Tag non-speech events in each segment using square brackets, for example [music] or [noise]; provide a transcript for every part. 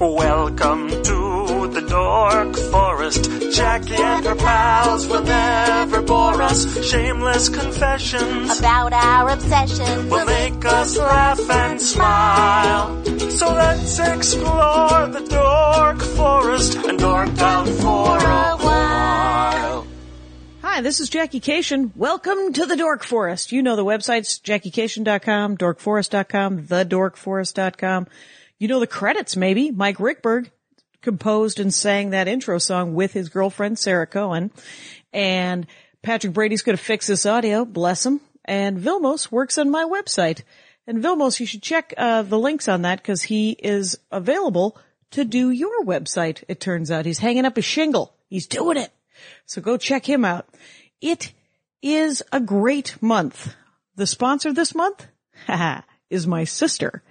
Welcome to the Dork Forest. Jackie and her pals will never bore us. Shameless confessions about our obsession. will make us laugh and smile. So let's explore the Dork Forest and dork out for a while. Hi, this is Jackie Cation. Welcome to the Dork Forest. You know the websites, jackiecation.com, dorkforest.com, thedorkforest.com. You know the credits, maybe. Mike Rickberg composed and sang that intro song with his girlfriend, Sarah Cohen. And Patrick Brady's going to fix this audio. Bless him. And Vilmos works on my website. And Vilmos, you should check uh, the links on that because he is available to do your website, it turns out. He's hanging up a shingle. He's doing it. So go check him out. It is a great month. The sponsor this month [laughs] haha, is my sister.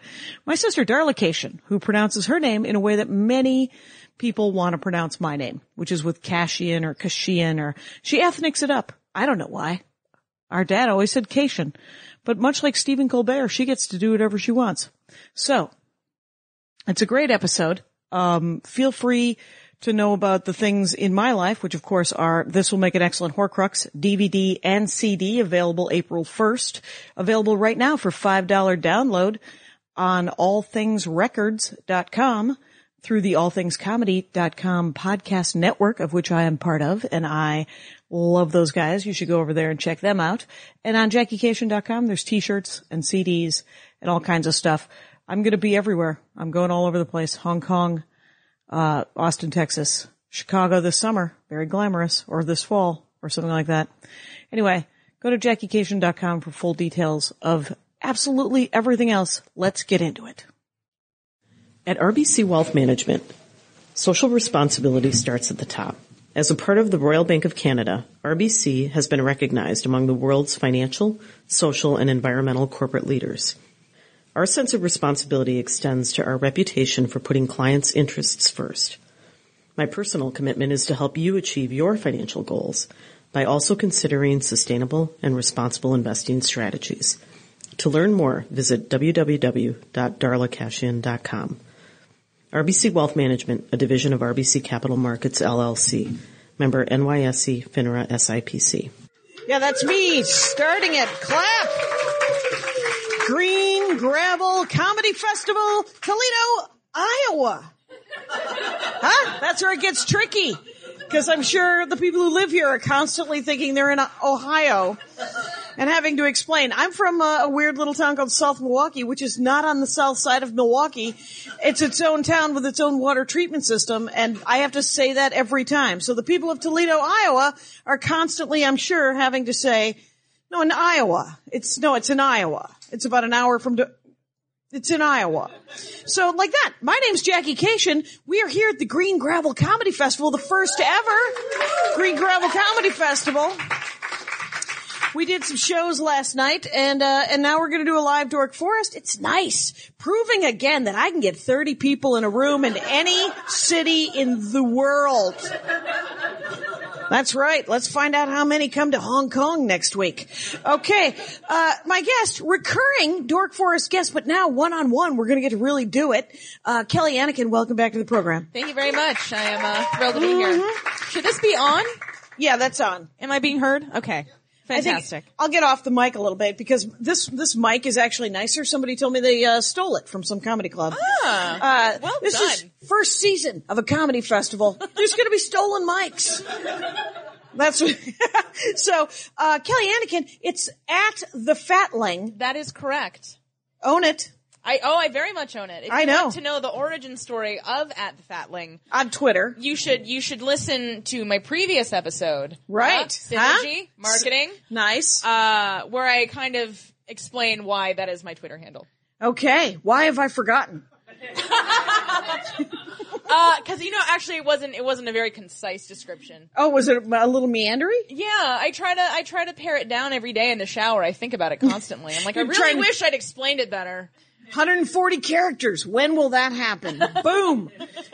My sister Darla Cation, who pronounces her name in a way that many people want to pronounce my name, which is with Cashian or Kashian or she ethnics it up. I don't know why. Our dad always said Cation, but much like Stephen Colbert, she gets to do whatever she wants. So it's a great episode. Um, feel free to know about the things in my life, which of course are This Will Make an Excellent Horcrux, DVD and CD available April 1st, available right now for $5 download on allthingsrecords.com through the allthingscomedy.com podcast network of which I am part of and I love those guys. You should go over there and check them out. And on jackiecation.com there's t-shirts and CDs and all kinds of stuff. I'm going to be everywhere. I'm going all over the place. Hong Kong, uh, Austin, Texas, Chicago this summer, very glamorous, or this fall, or something like that. Anyway, go to jackiecation.com for full details of absolutely everything else. Let's get into it. At RBC Wealth Management, social responsibility starts at the top. As a part of the Royal Bank of Canada, RBC has been recognized among the world's financial, social, and environmental corporate leaders. Our sense of responsibility extends to our reputation for putting clients' interests first. My personal commitment is to help you achieve your financial goals by also considering sustainable and responsible investing strategies. To learn more, visit www.darlacashian.com. RBC Wealth Management, a division of RBC Capital Markets LLC, member NYSE FINRA SIPC. Yeah, that's me starting it. Clap! Green Gravel Comedy Festival, Toledo, Iowa. Huh? That's where it gets tricky. Because I'm sure the people who live here are constantly thinking they're in Ohio and having to explain. I'm from a, a weird little town called South Milwaukee, which is not on the south side of Milwaukee. It's its own town with its own water treatment system, and I have to say that every time. So the people of Toledo, Iowa are constantly, I'm sure, having to say, no, in Iowa. It's, no, it's in Iowa. It's about an hour from, Do- it's in Iowa. So like that. My name's Jackie Cation. We are here at the Green Gravel Comedy Festival, the first ever Green Gravel Comedy Festival. We did some shows last night, and uh, and now we're going to do a live Dork Forest. It's nice, proving again that I can get thirty people in a room in any city in the world. That's right. Let's find out how many come to Hong Kong next week. Okay, uh, my guest, recurring Dork Forest guest, but now one on one, we're going to get to really do it. Uh, Kelly Anakin, welcome back to the program. Thank you very much. I am uh, thrilled to be here. Mm-hmm. Should this be on? Yeah, that's on. Am I being heard? Okay. I think- Fantastic. I'll get off the mic a little bit because this this mic is actually nicer. Somebody told me they uh, stole it from some comedy club. Ah, Uh, well this done. is first season of a comedy festival. There's going to be stolen mics. That's what, [laughs] so. Uh, Kelly Anakin, it's at the Fatling. that is correct. Own it I oh, I very much own it. If I you know. want to know the origin story of At the Fatling, on Twitter. you should you should listen to my previous episode. Right. Uh, Huh? synergy marketing, Nice. uh, where I kind of explain why that is my Twitter handle. okay. Why have I forgotten? Because Uh, you know, actually, it wasn't it wasn't a very concise description. Oh, was it a little meandery? Yeah, I try to I try to pare it down every day in the shower. I think about it constantly. I'm like, [laughs] I You're really trying to- wish I'd explained it better. 140 characters. When will that happen? Boom.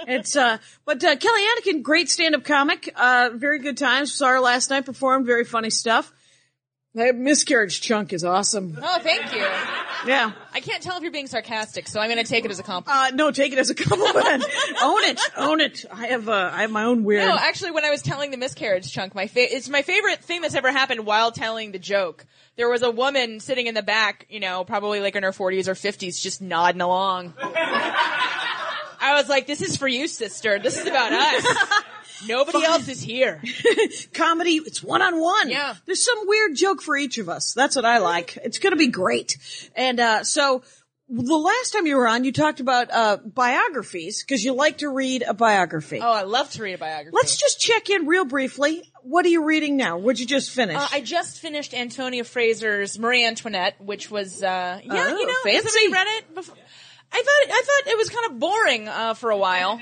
It's uh, but uh, Kelly Anakin, great stand-up comic. Uh, very good times. Saw her last night. Performed very funny stuff. That miscarriage chunk is awesome. Oh, thank you. Yeah. I can't tell if you're being sarcastic, so I'm going to take it as a compliment. Uh, no, take it as a [laughs] compliment. own it. Own it. I have, uh, I have my own weird. No, actually, when I was telling the miscarriage chunk, my fa- it's my favorite thing that's ever happened while telling the joke. There was a woman sitting in the back, you know, probably like in her 40s or 50s, just nodding along. I was like, "This is for you, sister. This is about us. Nobody else is here." comedy. It's one on one. Yeah. Mm-hmm. There's some weird joke for each of us. That's what I like. It's going to be great. And, uh, so the last time you were on, you talked about, uh, biographies because you like to read a biography. Oh, I love to read a biography. Let's just check in real briefly. What are you reading now? What'd you just finish? Uh, I just finished Antonia Fraser's Marie Antoinette, which was uh, yeah, Oh, you know, has fancy. somebody read it? Before? I thought I thought it was kind of boring uh, for a while.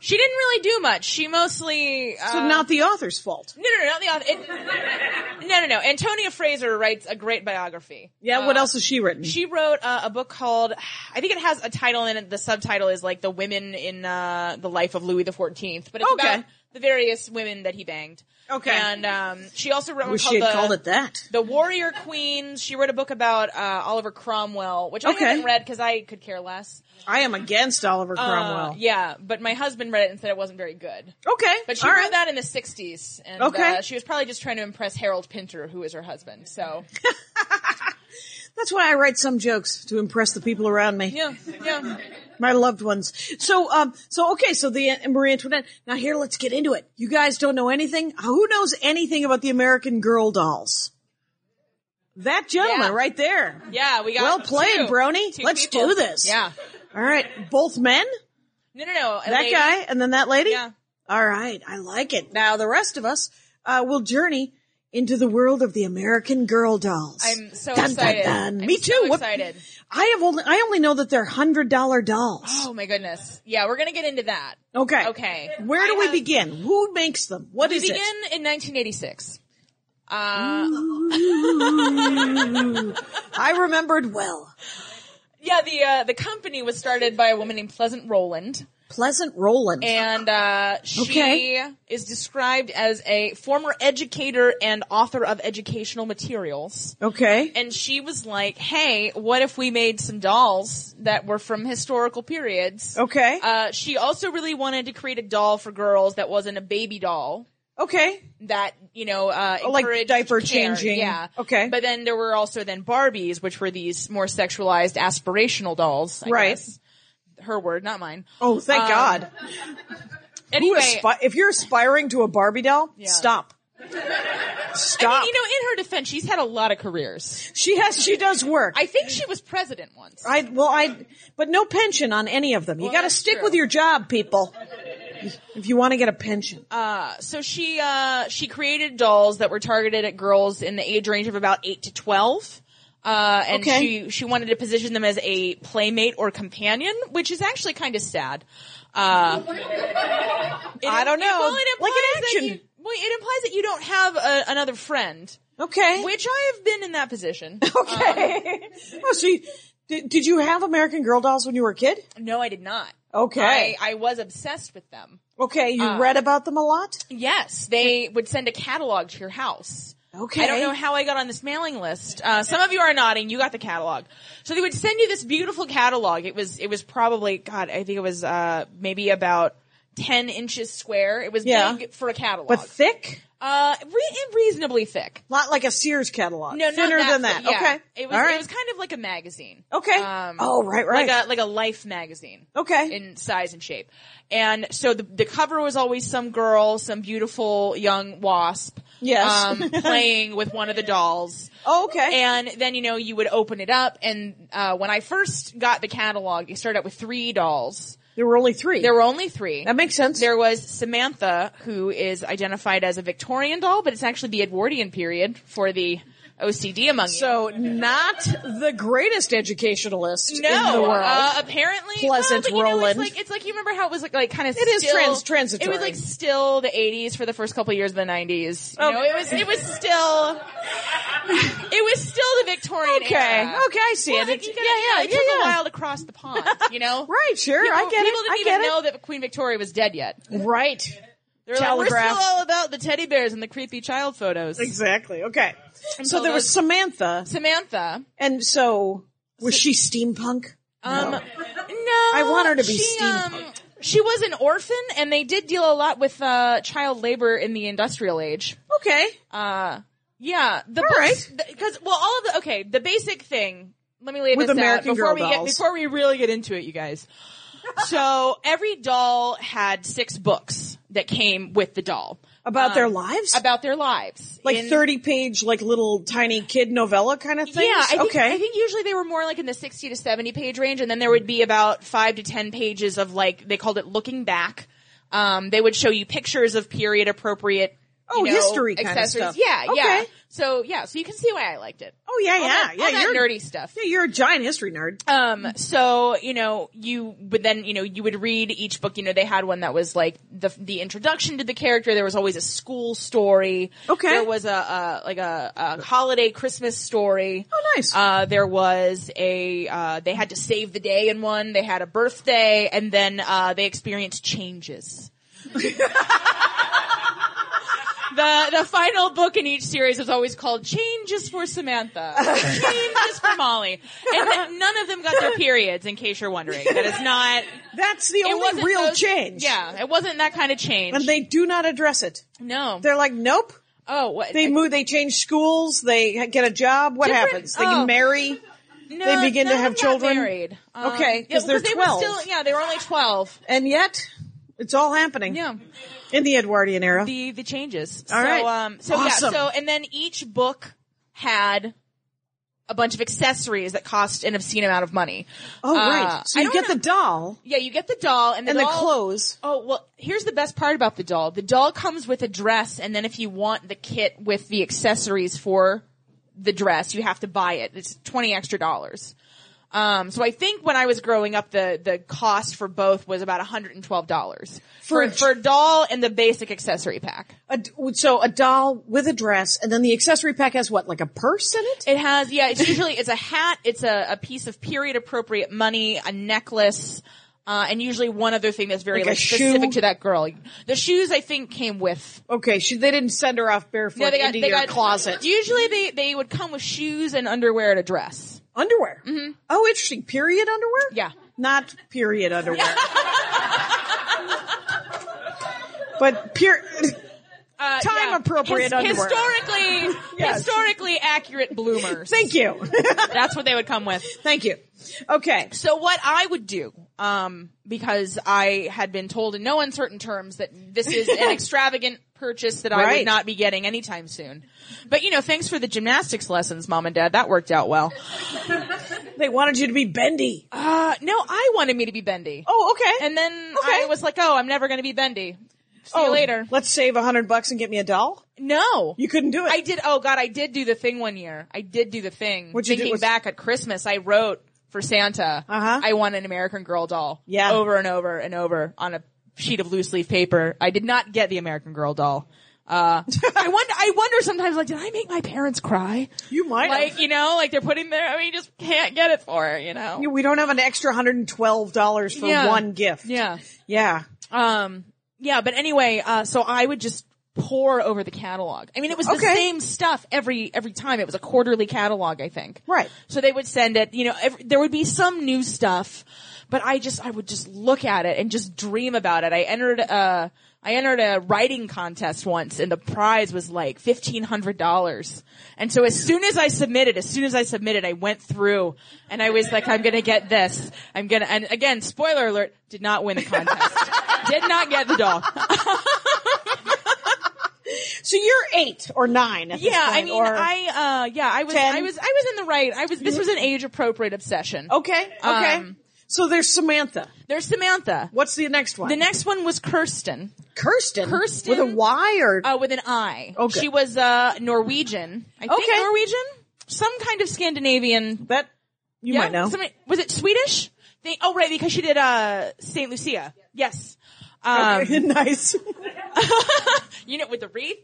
She didn't really do much. She mostly uh, so not the author's fault. no no no not the author. It, no no no. Antonia Fraser writes a great biography. Yeah. what else has she written? She wrote uh, a book called, I think it has a title in it. The subtitle is like the women in uh, the life of Louis the Fourteenth, but it's Okay. about the various women that he banged. Okay. And um, she also wrote I one wish called she had the, called it that. the Warrior Queens. She wrote a book about uh, Oliver Cromwell, which Okay. I haven't read because I could care less. I am against Oliver Cromwell. Uh, yeah, but my husband read it and said it wasn't very good. Okay. But she all wrote right. that in the '60s, and Okay. uh, she was probably just trying to impress Harold Pinter, who is her [laughs] husband. So That's why I write some jokes to impress the people around me. yeah, yeah. my loved ones. So, um, so okay, so the uh, Marie Antoinette. Now here, let's get into it. You guys don't know anything. Who knows anything about the American Girl dolls? That gentleman Yeah. right there. Yeah, we got Well played, two. Brony. Two Let's people. do this. Yeah. All right, both men, No, no, no. a that lady. guy, and then that lady. Yeah. All right, I like it. Now the rest of us uh, will journey into the world of the American Girl dolls. I'm so Dun, dun, excited. dun. I'm Me so too. What- excited. I have only I only know that they're hundred dollar dolls. [gasps] Oh my goodness. Yeah, we're gonna get into that. Okay. Okay. Where do I we have- begin? Who makes them? What We is begin it? in 1986. Uh, I remembered well. yeah, the uh, the company was started by a woman named Pleasant Rowland, Pleasant Roland. and uh, she Okay. is described as a former educator and author of educational materials. okay. And she was like, "Hey, what if we made some dolls that were from historical periods?" okay. Uh, she also really wanted to create a doll for girls that wasn't a baby doll okay. that you know uh, Oh, like encouraged diaper care. changing. Yeah. Okay. But then there were also then Barbies, which were these more sexualized aspirational dolls. I Right. guess. Her word, not mine. Oh, thank Um, God. Who Anyway, aspi- if you're aspiring to a Barbie doll, [laughs] stop. Stop. I mean, you know, in her defense, she's had a lot of careers. she has, she does work. I think she was president once. I, well, I, but no pension on any of them. You Well, gotta that's stick true. with your job, people. If you want to get a pension. Uh, so she uh, she created dolls that were targeted at girls in the age range of about eight to twelve. Uh, and Okay. she she wanted to position them as a playmate or companion, which is actually kind of sad. Uh, I don't know. well, it Like an implies that action. you- well, it implies that you don't have a, another friend, okay. which I have been in that position. [laughs] Uh, okay. oh, so you, did, did you have American Girl dolls when you were a kid? no, I did not. Okay. I, uh, I was obsessed with them. Okay, you read about them a lot? Yes, they would send a catalog to your house. Okay. I don't know how I got on this mailing list. Uh, some of you are nodding. You got the catalog. So they would send you this beautiful catalog. It was it was probably God. I think it was uh, maybe about ten inches square. It was Yeah. big for a catalog. But thick? uh, re- reasonably thick. Not like a Sears catalog. No, not Thinner that than that. thick, yeah. Okay. It was All right. it was kind of like a magazine. Um, okay. oh, right, right. Like a like a life magazine. Okay. In size and shape. And so the the cover was always some girl, some beautiful young wasp. Yes. [laughs] Um, playing with one of the dolls. oh, okay. And then, you know, you would open it up and, uh, when I first got the catalog, you started out with three dolls. there were only three. There were only three. that makes sense. There was Samantha, who is identified as a Victorian doll, but it's actually the Edwardian period for the OCD among you. so not the greatest educationalist no, in the world. Uh, apparently, Pleasant well, but, you know, Roland. it's like it's like you remember how it was like, like kind of It is trans- transitory. It was like still the '80s for the first couple years of the '90s. You Oh. know, it was it was still it was still the Victorian Okay. era. Okay, I see Well, it. like, It's- you gotta- yeah, you know, yeah, It yeah, took yeah. a while to cross [laughs] the pond. You know, right, sure. People, I get people it. didn't I get even it. know that Queen Victoria was dead yet. Right. They're like, we're still Telegraph. all about the teddy bears and the creepy child photos. Exactly. Okay. So Until there was Samantha, Samantha. and so was she steampunk? Um, no. I want her to be she, steampunk. um, she was an orphan, and they did deal a lot with uh, child labor in the industrial age. Okay. Yeah, the books because well, all of the okay, the basic thing. Let me lay With this American out before Girl we get dolls. before we really get into it, you guys. so every doll had six books that came with the doll Um, About their lives? about their lives, like in- 30 page, like little tiny kid novella kind of thing? Yeah, I think, okay. I think usually they were more like in the 60 to 70 page range, and then there would be about five to 10 pages of like, they called it looking back. Um, they would show you pictures of period appropriate. Oh, history kind of stuff. Yeah, yeah. Okay. So, yeah, so you can see why I liked it. oh, yeah, yeah. all that, yeah, all that you're, nerdy stuff. yeah, you're a giant history nerd. Um, so, you know, you would then, you know, you would read each book, you know, they had one that was like the, the introduction to the character. There was always a school story. Okay. There was a, a like a, a holiday Christmas story. Oh, nice. Uh, there was a, uh, they had to save the day in one. They had a birthday and then, uh, they [laughs] experienced changes. The, the final book in each series is always called Changes for Samantha. Changes for Molly. And then none of them got their periods, in case you're wondering. That is not, That's the it only wasn't real those- change. Yeah, it wasn't that kind of change. And they do not address it. no. They're like, nope. Oh, what? They move, they change schools, they get a job. What Different- happens? They oh. marry. No, they begin to none of have them got children? Married. Um, Okay, 'cause yeah, they're they 12. Were still, yeah, they were only 12. And yet, it's all happening. Yeah. In the Edwardian era. the the changes. All so, right. Um, so Awesome. yeah. So and then each book had a bunch of accessories that cost an obscene amount of money. oh, Uh, right. So I you don't get know- the doll yeah, you get the doll and the, and the doll- clothes. Oh well, here's the best part about the doll. The doll comes with a dress, and then if you want the kit with the accessories for the dress, you have to buy it. It's twenty extra dollars. Um, so I think when I was growing up, the the cost for both was about one hundred and twelve dollars For- for for doll and the basic accessory pack. A, so a doll with a dress, and then the accessory pack has what, like a purse in it? It has, yeah, it's usually, it's a hat, it's a, a piece of period appropriate money, a necklace, uh, and usually one other thing that's very Like like, a specific shoe? to that girl. The shoes, I think, came with. Okay, she, they didn't send her off barefoot No, they got, into they your got, closet. Usually they, they would come with shoes and underwear and a dress. underwear. Oh, interesting. Period underwear? Mm-hmm. Yeah. Not period underwear. but pure. Uh, Time appropriate underwear. Historically, [laughs] Yes. historically accurate bloomers. [laughs] [laughs] Thank you. That's what they would come with. Thank you. Okay. So what I would do, um, because I had been told in no uncertain terms that this [laughs] is an extravagant purchase that I Right. would not be getting anytime soon. But you know, thanks for the gymnastics lessons, mom and dad. That worked out well. They wanted you to be bendy. Uh, no, I wanted me to be bendy. Oh, okay. And then Okay. I was like, oh, I'm never going to be bendy. See oh, you later. Let's save a hundred bucks and get me a doll. No. You couldn't do it. I did. Oh God, I did do the thing one year. I did do the thing. What'd you do? Thinking What's- back at Christmas, I wrote for Santa. Uh-huh. I want an American Girl doll. Yeah. Over and over and over on a sheet of loose leaf paper. I did not get the American Girl doll. [laughs] Uh, I wonder. I wonder sometimes. Like, did I make my parents cry? You might. have. Like, you know, like they're putting their. I mean, you just can't get it for her. You know. we don't have an extra hundred and twelve dollars for Yeah. one gift. yeah. Yeah. Um, yeah, but anyway, uh, so I would just pour over the catalog. I mean, it was the Okay. same stuff every, every time. It was a quarterly catalog, I think. Right. So they would send it, you know, every, there would be some new stuff, but I just, I would just look at it and just dream about it. I entered, uh, I entered a writing contest once and the prize was like $1,500. And so as soon as I submitted, as soon as I submitted, I went through and I was like, I'm gonna get this. I'm gonna, and again, spoiler alert, did not win the contest. Did not get the doll. So you're eight or nine. At Yeah, this I point, mean, or- I uh, yeah, I was, Ten? Mm-hmm. I was, I was in the right. I was. This was an age appropriate obsession. Okay. Okay. Um, so there's Samantha. There's Samantha. What's the next one? The next one was Kirsten Kirsten. Kirsten- with a Y or uh, with an I. Okay. She was uh, Norwegian. I think Okay. Norwegian, some kind of Scandinavian. that you Yeah, might know. somebody- was it Swedish? They, oh right, because she did uh, Saint Lucia. Yes. Um, [laughs] nice. you know, with the wreath.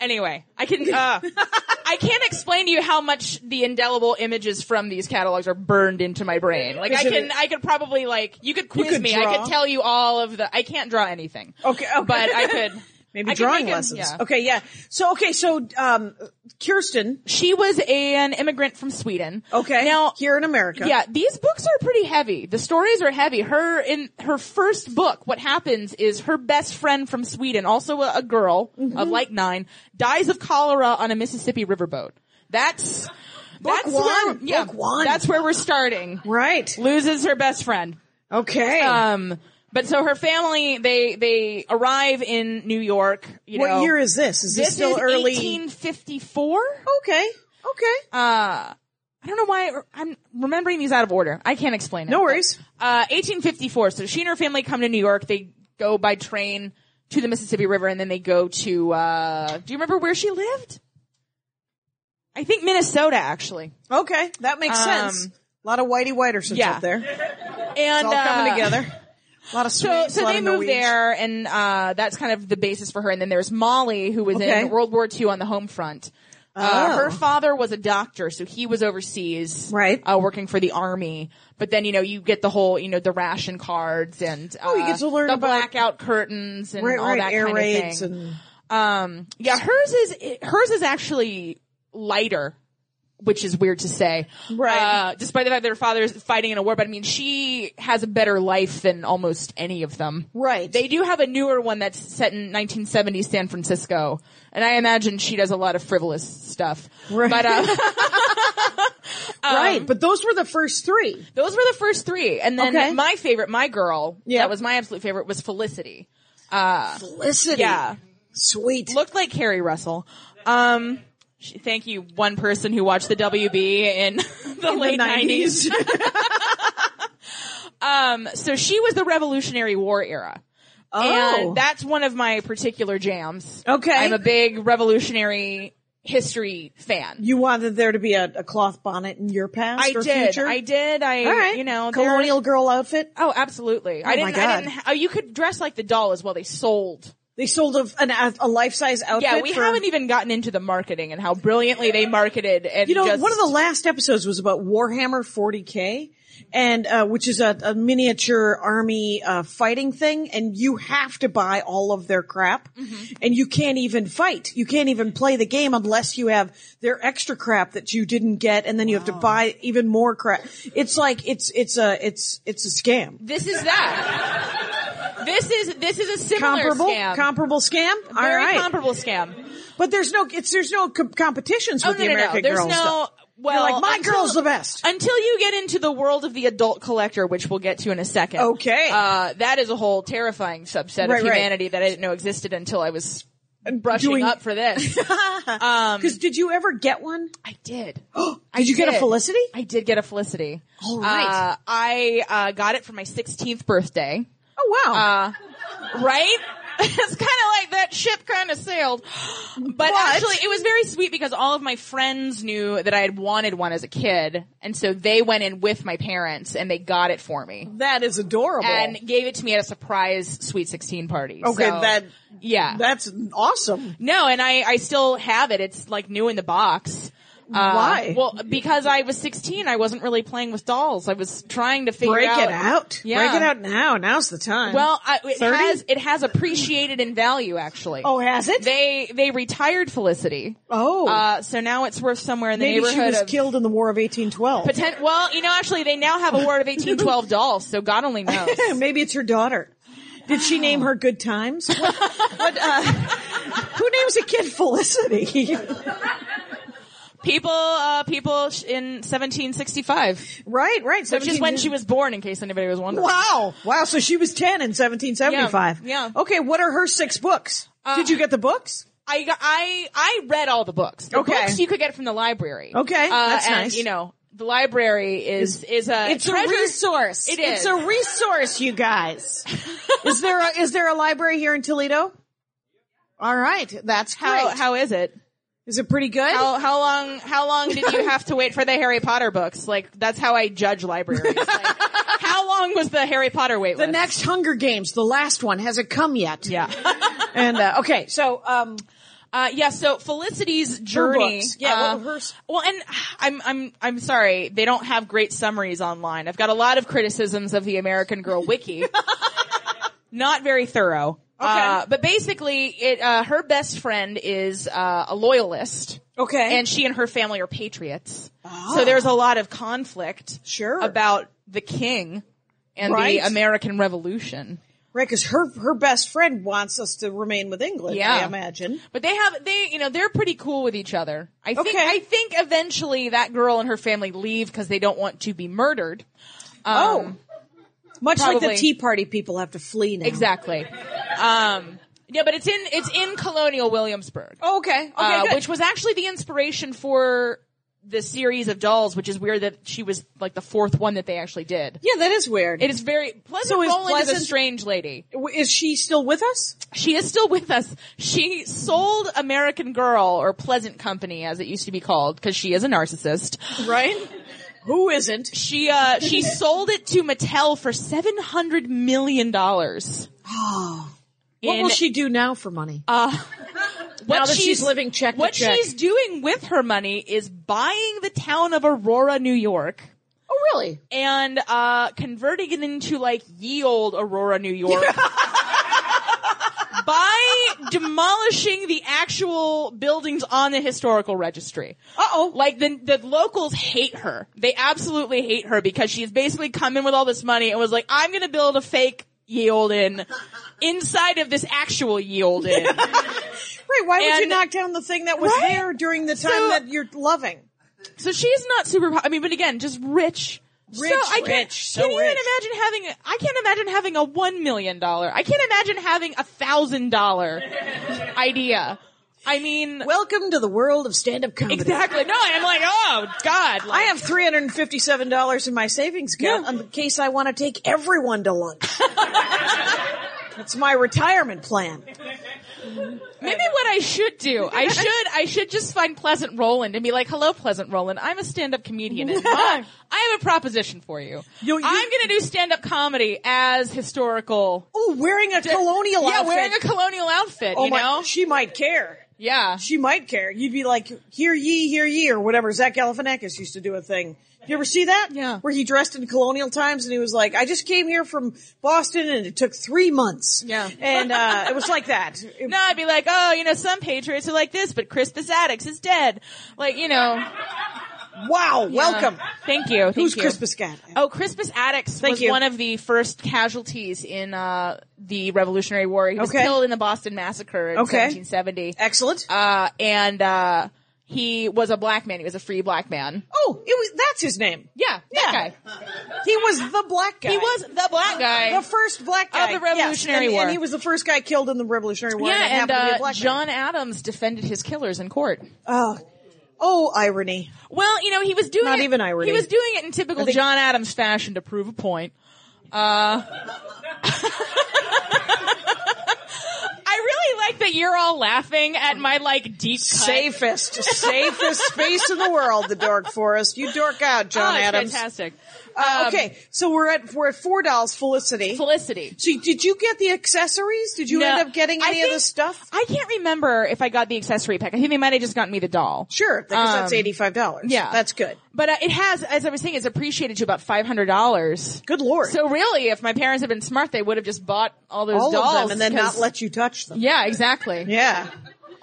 Anyway, I can, [laughs] uh, I can't explain to you how much the indelible images from these catalogs are burned into my brain. Like, I Is it- can, I could probably, like, you could quiz could me. draw. I could tell you all of the, I can't draw anything. Okay, okay. But I could. [laughs] Maybe I can drawing make him- lessons. yeah. Okay, yeah. So okay, so um Kirsten, She was an immigrant from Sweden. okay, Now, here in America. Yeah, these books are pretty heavy. The stories are heavy. Her in her first book, what happens is her best friend from Sweden, also a, a girl Mm-hmm. of like nine, dies of cholera on a Mississippi riverboat. That's that's where one, yeah, book one. that's where we're starting. Right. Loses her best friend. Okay. Um, but so her family they they arrive in New York. You what know, year is this? Is this, this still is early? 1854. Okay. Okay. Uh, I don't know why I'm remembering these out of order. I can't explain it. no worries. Uh, 1854. So she and her family come to New York. They go by train to the Mississippi River and then they go to, uh, do you remember where she lived? I think Minnesota actually. Okay, that makes Um, sense. A lot of whitey whitersons yeah. up there. It's And, all coming uh, together. A lot of So, Swedes, a so lot they of moved Norwegians. there and, uh, that's kind of the basis for her. And then there's Molly who was Okay. in World War II on the home front. Oh. Uh, her father was a doctor, so he was overseas. Right. Uh, working for the army. But then, you know, you get the whole, you know, the ration cards and, uh, Oh, you get to learn the about- blackout curtains and Right, all right, that air kind raids of thing. and um, yeah, hers is, hers is actually lighter. Which is weird to say, Right. Uh, despite the fact that her father is fighting in a war, but I mean, she has a better life than almost any of them. Right. They do have a newer one that's set in 1970 San Francisco, and I imagine she does a lot of frivolous stuff. Right. But [laughs] uh, um, right, but those were the first three. Those were the first three, and then Okay. my favorite, my girl, Yeah. that was my absolute favorite, was Felicity. Felicity, Yeah, sweet. looked like Carrie Russell. Um, she, thank you, one person who watched the WB in [laughs] the late nineties. [laughs] Um, so she was the Revolutionary War era. Oh. And that's one of my particular jams. Okay. I'm a big Revolutionary history fan. you wanted there to be a, a cloth bonnet in your past I or did. future? I did. I, All right. you know, there- colonial girl outfit. Oh, absolutely. I my didn't, God. I didn't, oh, you could dress like the doll as well. They sold. They sold a, an, a- a life size outfit. Yeah, we for- haven't even gotten into the marketing and how brilliantly they marketed and You know, just, one of the last episodes was about Warhammer 40k, and uh, which is a, a miniature army uh, fighting thing, and you have to buy all of their crap, Mm-hmm. and you can't even fight. You can't even play the game unless you have their extra crap that you didn't get, and then you have to buy even more crap. It's like it's it's a it's it's a scam. this is that. this is, this is a similar Comparable, scam. comparable scam. all Very right, comparable scam. but there's no it's there's no com- competitions with Oh, no, the no, no. American There's Girl no- stuff. You're well, like my until- girl's the best. Until you get into the world of the adult collector, which we'll get to in a second. Okay. Uh, that is a whole terrifying subset Right, of right. humanity that I didn't know existed until I was brushing doing- up [laughs] for this. um, Because did you ever get one? I did. [gasps] Did you get a did. Felicity? I did get a Felicity. All right. Uh, I uh, got it for my 16th birthday. oh wow. Uh, right? [laughs] it's kind of like that ship kind of sailed. [gasps] But, actually, it was very sweet because all of my friends knew that I had wanted one as a kid. And so they went in with my parents and they got it for me. that is adorable. And gave it to me at a surprise Sweet 16 party. okay, So, uh, that yeah. that's awesome. No, and I, I still have it. It's like new in the box. Uh, Why? Well, because I was 16, I wasn't really playing with dolls. I was trying to figure Break out. it out. Yeah. Break it out now. Now's the time. Well, I, it 30? has uh, it has appreciated in value actually. oh, has it? they they retired Felicity. oh, Uh, so now it's worth somewhere in the maybe she neighborhood was of. killed in the War of eighteen twelve. poten- well, you know, actually, they now have a ward of [laughs] eighteen twelve dolls, so God only knows. maybe it's her daughter. Did she name her Good [laughs] Times? What, what, uh, who names a kid Felicity? [laughs] people, uh, people sh- in seventeen sixty five, right, right. which is when she was born, in case anybody was wondering. Wow, wow. So she was ten in 1775. Yeah, Uh, yeah. Okay, what are her six books? Did you get the books? I got- I I read all the books. The Okay. books you could get from the library. Okay, uh, that's and, nice. You know, the library is is a It's a treasure resource. It It's is. a resource, you [laughs] guys. is there a, is there a library here in Toledo? All right, that's how great. how is it? is it pretty good? How how long how long did you have to wait for the Harry Potter books? Like that's how I judge libraries. Like, [laughs] how long was the Harry Potter wait? the next Hunger Games, the last one, has it come yet? yeah, [laughs] And uh, okay, so um, uh, yeah. So Felicity's journey, books. Yeah, uh, what were hers? Well, and I'm I'm I'm sorry, they don't have great summaries online. [laughs] I've got a lot of criticisms of the American Girl wiki. Not very thorough. Uh, but basically, it uh, her best friend is uh, a loyalist, Okay. Ah. and she and her family are patriots. So there's a lot of conflict, Sure. about the king and Right. the American Revolution. right, because her her best friend wants us to remain with England. I Yeah. imagine. But they have they you know they're pretty cool with each other. I think Okay. I think eventually that girl and her family leave because they don't want to be murdered. oh, much like probably. the Tea Party people have to flee now. Exactly. Um, yeah, but it's in it's in Colonial Williamsburg, Oh, okay. Okay. uh, good. which was actually the inspiration for the series of dolls, which is weird that she was like the fourth one that they actually did. yeah, that is weird. It is very Pleasant So is Roland is Pleasant- a strange lady. W- is she still with us? She is still with us. She sold American Girl or Pleasant Company as it used to be called because she is a narcissist. Right. Who isn't? She uh [laughs] she sold it to Mattel for 700 million dollars. [gasps] What will she do now for money? Uh, what Now that she's living check to what check. she's doing with her money is buying the town of Aurora, New York, oh, really? and uh, converting it into like ye old Aurora, [laughs] New York. by demolishing the actual buildings on the historical registry. Uh oh. Like the the locals hate her. They absolutely hate her because she's basically come in with all this money and was like, I'm gonna build a fake ye olde inn inside of this actual ye olde [laughs] inn. Right. Why would you And- knock down the thing that was Right? there during the time So- that you're loving? So she's not super. po- I mean, but again, just rich. Rich, so I can't, rich, so can you rich. even imagine having? A, I can't imagine having a one million dollar. I can't imagine having a thousand dollar [laughs] idea. I mean, Welcome to the world of stand-up comedy. exactly. No, I'm like, oh God. I Like, have three hundred and fifty-seven dollars in my savings account Yeah. in case I want to take everyone to [laughs] lunch. That's my retirement plan. maybe what I should do. [laughs] I should. I should just find Pleasant Roland and be like, "Hello, Pleasant Roland. I'm a stand-up [laughs] comedian. And my- I have a proposition for you. You- you- I'm going to do stand-up comedy as historical." Oh, wearing a colonial yeah, outfit. wearing a colonial outfit. oh you my, know. she might care. yeah. She might care. You'd be like, "Hear ye, hear ye," or whatever. Zach Galifianakis used to do a thing. You ever see that? Yeah. Where he dressed in colonial times and he was like, "I just came here from Boston and it took three months." Yeah. And uh, it was like that. It- [laughs] No, I'd be like, oh, you know, some patriots are like this, but Crispus Attucks is dead. Like, you know. um, Wow. [laughs] Welcome. Thank you. Thank Who's you. Crispus Cat? Oh, Crispus Attucks Thank was you. one of the first casualties in uh, the Revolutionary War. He was Okay. killed in the Boston Massacre in Okay. 1770. Excellent. Uh, and uh, he was a black man. He was a free black man. oh, it was. That's his name. Yeah, Yeah. that guy. He was the black guy. He was the black guy. the first black guy the Yes, Revolutionary and, War. and he was the first guy killed in the Revolutionary War. yeah, and, and it happened to be a uh, black guy. John Adams defended his killers in court. Oh, oh, irony. Well, you know, he was doing Not it, even irony. He was doing it in typical John Adams fashion to prove a point. [laughs] Uh, I really like that you're all laughing at my like deep cut. Safest, [laughs] safest space in the world, the Dork Forest. You dork out, Oh, John it's Adams. fantastic. Uh, Um, okay, so we're at we're at four dolls, Felicity. Felicity. so did you get the accessories? Did you No, end up getting I any of think- the stuff? I can't remember if I got the accessory pack. I think they might have just gotten me the doll. Sure, because that's Um, eighty five dollars. yeah. that's good. But uh, it has, as I was saying, it's appreciated to about five hundred dollars. Good lord, So really, if my parents had been smart, they would have just bought all those all dolls of them, and then not 'cause- let you touch them. Yeah, exactly. Yeah.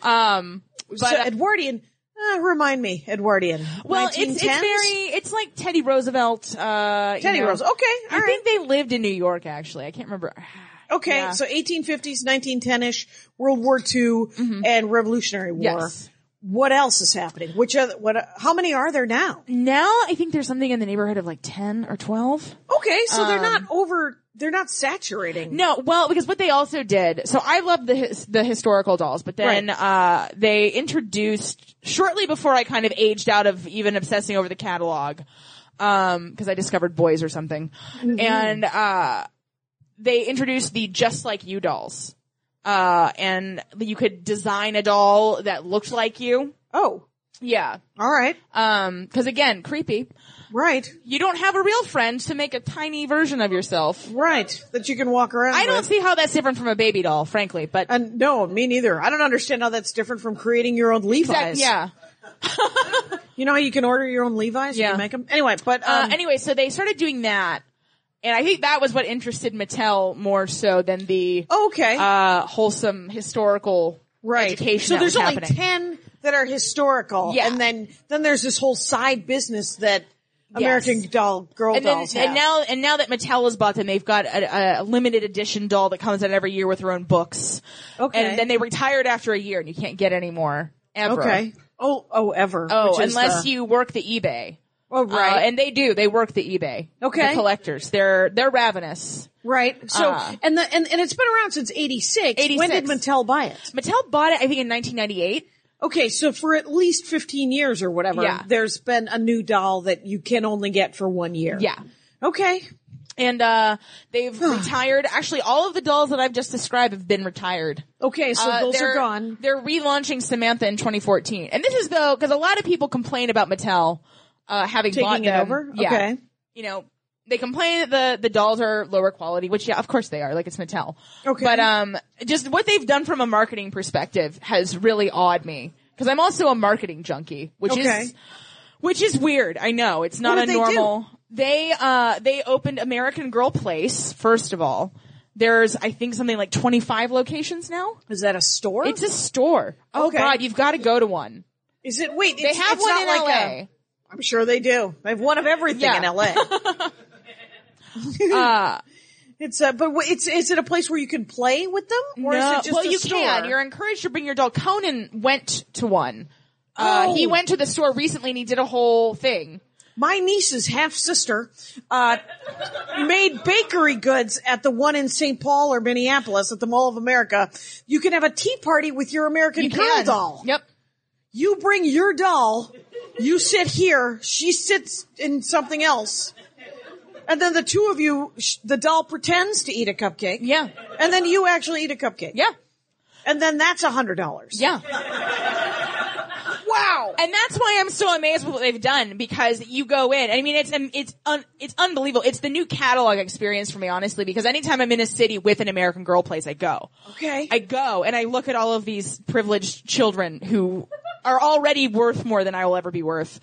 Um, but so uh, Edwardian. Uh, remind me, Edwardian. well, it's, it's 1910s? very it's like Teddy Roosevelt. Uh, you Teddy know. Roosevelt. Okay, I all think they lived in New York. Actually, I can't remember. [sighs] Okay, Yeah. so 1850s, 1910ish, World War II, and Revolutionary War. Yes. What else is happening? Which other, what? How many are there now? Now I think there's something in the neighborhood of like ten or twelve. Okay, so they're not over. They're not saturating. No, well, because what they also did. So I love the his, the historical dolls, but then Right. uh, they introduced shortly before I kind of aged out of even obsessing over the catalog, because I discovered boys or something, Mm-hmm. and uh, they introduced the just like you dolls, uh, and you could design a doll that looked like you. Oh, Yeah, all right, Um 'cause because again, creepy. right, You don't have a real friend to make a tiny version of yourself. right. That you can walk around. I don't with. see how that's different from a baby doll, frankly, but And no, me neither. I don't understand how that's different from creating your own Levi's. Exact- yeah. You know how you can order your own Levi's? You Yeah. can make them anyway. But um, uh, anyway, so they started doing that, And I think that was what interested Mattel more so than the Oh, Okay. uh, wholesome historical right. education. So that there's was only happening. ten that are historical, Yeah. and then then there's this whole side business that American Doll girl and then, dolls have. and now, and now that Mattel has bought them, they've got a, a limited edition doll that comes out every year with her own books. Okay. And then they retired after a year, and you can't get any more ever. okay. Oh, oh, ever. Oh, which is unless the- you work the eBay. Oh, Uh, right. and they do. They work the eBay. Okay. The collectors. They're they're ravenous. right. So Uh. and the and, and it's been around since '86. When did 86. Mattel buy it? Mattel bought it, I think, in 1998. Okay, so for at least 15 years or whatever, Yeah. there's been a new doll that you can only get for one year. Yeah. Okay. And uh, they've retired. Actually, all of the dolls that I've just described have been retired. Okay, so Uh, those they're- are gone. They're relaunching Samantha in 2014, and this is though because a lot of people complain about Mattel uh, having Taking bought it them. over? Yeah. Okay. you know they complain that the the dolls are lower quality, which yeah, of course they are. Like it's Mattel. Okay. but um, just what they've done from a marketing perspective has really awed me because I'm also a marketing junkie, which Okay. is which is weird. I know it's not What a did they do? normal. They uh they opened American Girl Place first of all. There's I think something like 25 locations now. Is that a store? It's a store. Oh Okay. God, you've got to go to one. is it? Wait, They have one in like LA. i I'm sure they do. They have one of everything Yeah. in LA. [laughs] it's uh, but wh- it's is it a place where you can play with them, or is No, it just well, a you store? can. You're encouraged to bring your doll. Conan went to one. Uh, Oh. He went to the store recently and he did a whole thing. My niece's half sister uh, made bakery goods at the one in St. Paul or Minneapolis at the Mall of America. You can have a tea party with your American You Girl can. doll. Yep. You bring your doll. You sit here. She sits in something else. And then the two of you, sh- the doll pretends to eat a cupcake. Yeah. And then you actually eat a cupcake. Yeah. And then that's a hundred dollars. Yeah. Wow. And that's why I'm so amazed with what they've done because you go in. I mean, it's um, it's un, it's unbelievable. It's the new catalog experience for me, honestly. Because anytime I'm in a city with an American Girl place, I go. Okay. I go and I look at all of these privileged children who are already worth more than I will ever be worth.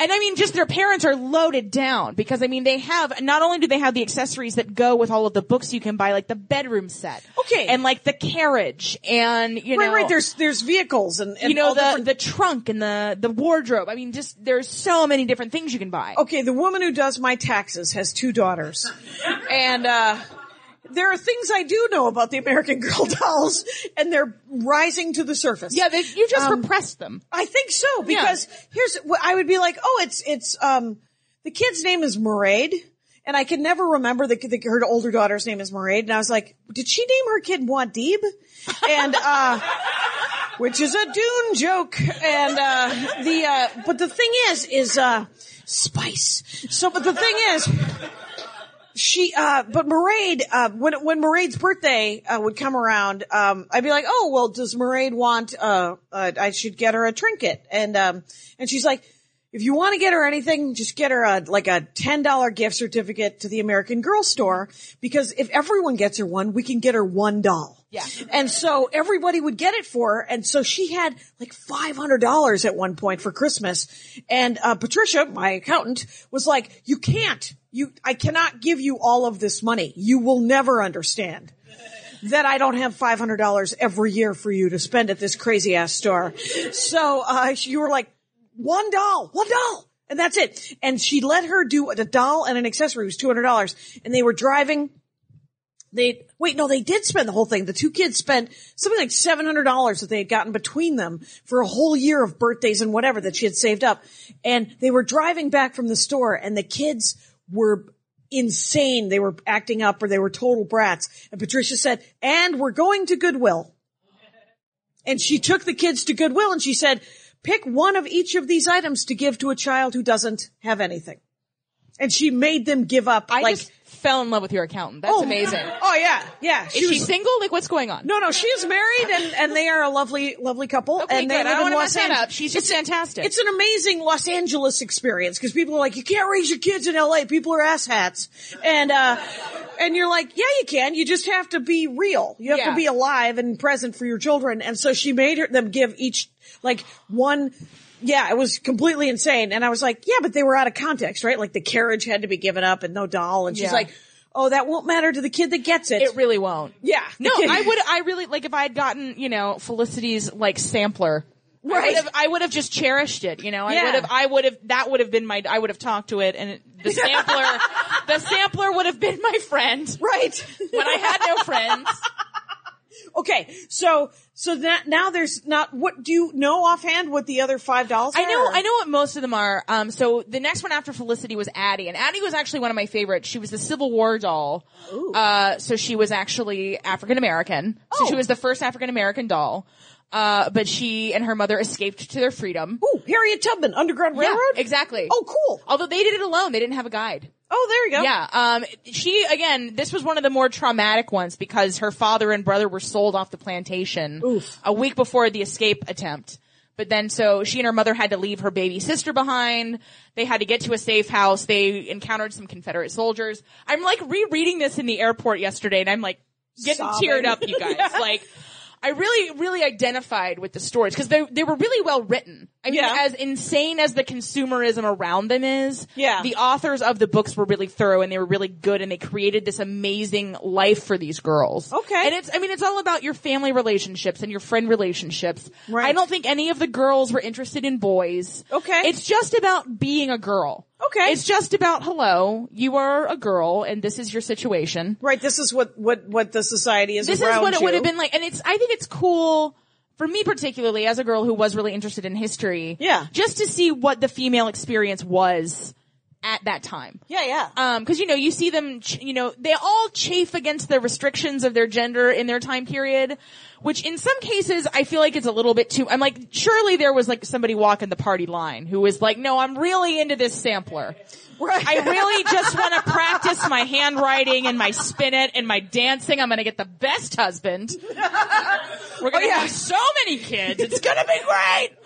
And I mean, just their parents are loaded down because I mean, they have, not only do they have the accessories that go with all of the books you can buy, like the bedroom set. Okay. And like the carriage and, you right, know. right. There's there's vehicles and, and you know all the different- the trunk and the the wardrobe. I mean, just there's so many different things you can buy. okay. The woman who does my taxes has two [laughs] daughters. And uh, there are things I do know about the American [laughs] Girl dolls, and they're rising to the surface. yeah, they, you just repressed them. I think so because here's what I would be like. Oh, it's it's um the kid's name is Maraid, and I can never remember the, the her older daughter's name is Maraid, and I was like, did she name her kid Muad'Dib? And uh, which is a Dune joke. And uh, the uh, but the thing is is uh spice. So, but the thing is. She, uh, but Maraid, uh, when, when Maraid's birthday, uh, would come around, um, I'd be like, oh, well, does Maraid want, uh, uh, I should get her a trinket. And, um, and she's like, if you want to get her anything, just get her a, like a $10 gift certificate to the American Girl Store, because if everyone gets her one, we can get her one doll. Yeah. And so everybody would get it for her. And so she had like $500 at one point for Christmas. And, uh, Patricia, my accountant, was like, you can't, you, I cannot give you all of this money. You will never understand that I don't have $500 every year for you to spend at this crazy ass store. So, uh, you were like, one doll, one doll. And that's it. And she let her do a doll and an accessory. It was $200. And they were driving they wait no they did spend the whole thing the two kids spent something like $700 that they had gotten between them for a whole year of birthdays and whatever that she had saved up and they were driving back from the store and the kids were insane they were acting up or they were total brats and patricia said and we're going to goodwill and she took the kids to goodwill and she said pick one of each of these items to give to a child who doesn't have anything and she made them give up I like just fell in love with your accountant. That's amazing. oh yeah yeah Is she single? Like, what's going on? No, no, she is married and, and they are a lovely, lovely couple. [laughs] Okay, and they good. I live don't in wanna Los mess that Angeles. up. She's just fantastic. It's an amazing Los Angeles experience because people are like, you can't raise your kids in LA. People are asshats. And, uh, and you're like, yeah, you can. You just have to be real. You have Yeah. to be alive and present for your children. And so she made her, them give each, like, one yeah, it was completely insane. And I was like, yeah, but they were out of context, right? Like the carriage had to be given up and no doll. And she's Yeah. like, oh, that won't matter to the kid that gets it. It really won't. yeah. [laughs] No, The kid- I would. I really like if I had gotten you know Felicity's like sampler. I Right. would have, I would have just cherished it. You know, I Yeah. would have. I would have. That would have been my. I would have talked to it, and it, the sampler. [laughs] the sampler would have been my friend. Right. [laughs] When I had no friends, okay. So, so that now there's not, what do you know offhand what the other five dolls I know. are? I know what most of them are. Um. So the next one after Felicity was Addie, and Addie was actually one of my favorites. She was the Civil War doll. Uh. So she was actually African American. So Oh. she was the first African American doll. Uh. But she and her mother escaped to their freedom. Ooh, Harriet Tubman, Underground Yeah, Railroad? exactly. Oh, cool. Although they did it alone, they didn't have a guide. Oh, there you go. Yeah. Um. She again. This was one of the more traumatic ones because her father and brother were sold off the plantation a week before the escape attempt. But then, so she and her mother had to leave her baby sister behind. They had to get to a safe house. They encountered some Confederate soldiers. I'm like rereading this in the airport yesterday, and I'm like getting Sobbing. teared up, [laughs] you guys. Like. I really, really identified with the stories because they they were really well written. I mean, Yeah. as insane as the consumerism around them is, Yeah. the authors of the books were really thorough and they were really good and they created this amazing life for these girls. Okay. And it's, I mean, it's all about your family relationships and your friend relationships. Right. I don't think any of the girls were interested in boys. Okay. It's just about being a girl. Okay. It's just about, hello, you are a girl and this is your situation Right. This is what, what, what the society is this is around what it you. would have been like and it's i think it's cool for me particularly as a girl who was really interested in history Yeah. just to see what the female experience was at that time Yeah, yeah. um because you know you see them ch- you know they all chafe against the restrictions of their gender in their time period which in some cases i feel like it's a little bit too i'm like surely there was like somebody walking the party line who was like no i'm really into this sampler right. I really just want to practice my handwriting and my spinet and my dancing. I'm going to get the best husband. We're Oh, going to have so many [laughs] kids. It's going to be great.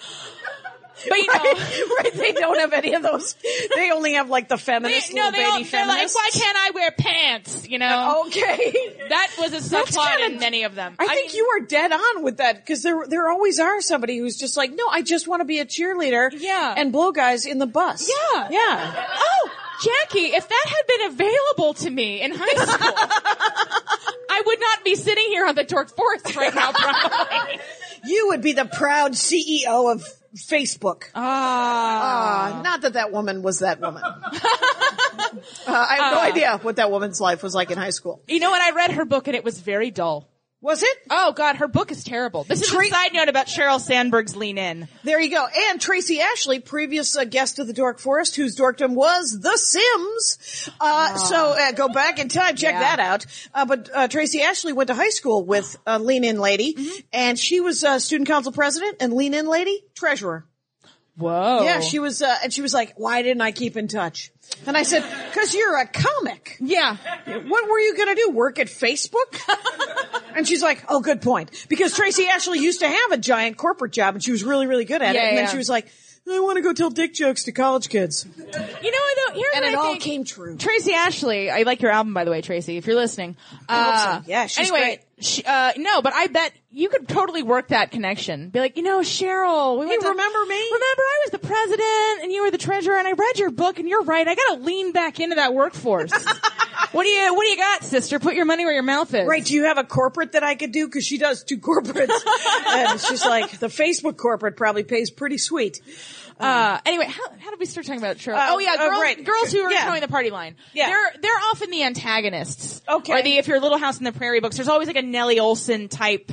But you know, right. They don't have any of those. [laughs] They only have like the they, feminist no, little they baby all, they're like, feminists. Oh, why can't I wear pants? [laughs] You know, [laughs] Okay. that was a That's subplot kinda- in many of them. I, think mean, you are dead on with that because there there always are somebody who's just like, no, I just want to be a cheerleader. Yeah. And blow guys in the bus. Yeah. Yeah. Oh, Jackie, if that had been available to me in [laughs] high school, I would not be sitting here on the Dork Forest right [laughs] now, probably. You would be the proud CEO of Facebook. Ah. Uh, not that that woman was that woman. uh, I have no idea what that woman's life was like in high school. You know what? I read her book and it was very dull. Was it? Oh God, her book is terrible. This is Tre- a side note about Cheryl Sandberg's Lean In. There you go. And Tracy Ashley, previous uh, guest of the Dork Forest, whose dorkdom was The Sims. Uh, So uh, go back in time, check Yeah. that out. Uh, but uh, Tracy Ashley went to high school with a Lean In Lady, and she was uh, student council president and Lean In Lady treasurer. Whoa. Yeah, she was, uh, and she was like, "Why didn't I keep in touch?" And I said, "Cause you're a comic. Yeah. What were you gonna do? Work at Facebook?" and she's like, "Oh, good point." Because Tracy Ashley used to have a giant corporate job, and she was really, really good at it. Yeah, And then yeah. she was like, "I want to go tell dick jokes to college kids," You know what though? Here's and what it I all think. came true. Tracy Ashley, I like your album by the way, Tracy. If you're listening, hope uh, so. Yeah, she's anyway, She, uh, no, but I bet you could totally work that connection. Be like, you know, Cheryl, we went to- remember me? Remember, I was the president and you were the treasurer, and I read your book, and you're right. I gotta lean back into [laughs] that workforce. what do you What do you got, sister? Put your money where your mouth is. Right? Do you have a corporate that I could do? Because she does two corporates, [laughs] and she's like, "The Facebook corporate probably pays pretty sweet." Uh, anyway, how, how did we start talking about Cheryl? Uh, oh yeah, uh, girls, right. girls who are Yeah. towing the party line. Yeah. they're they're often the antagonists. Okay. or the if you're Little House in the Prairie books, there's always like a Nellie Olson type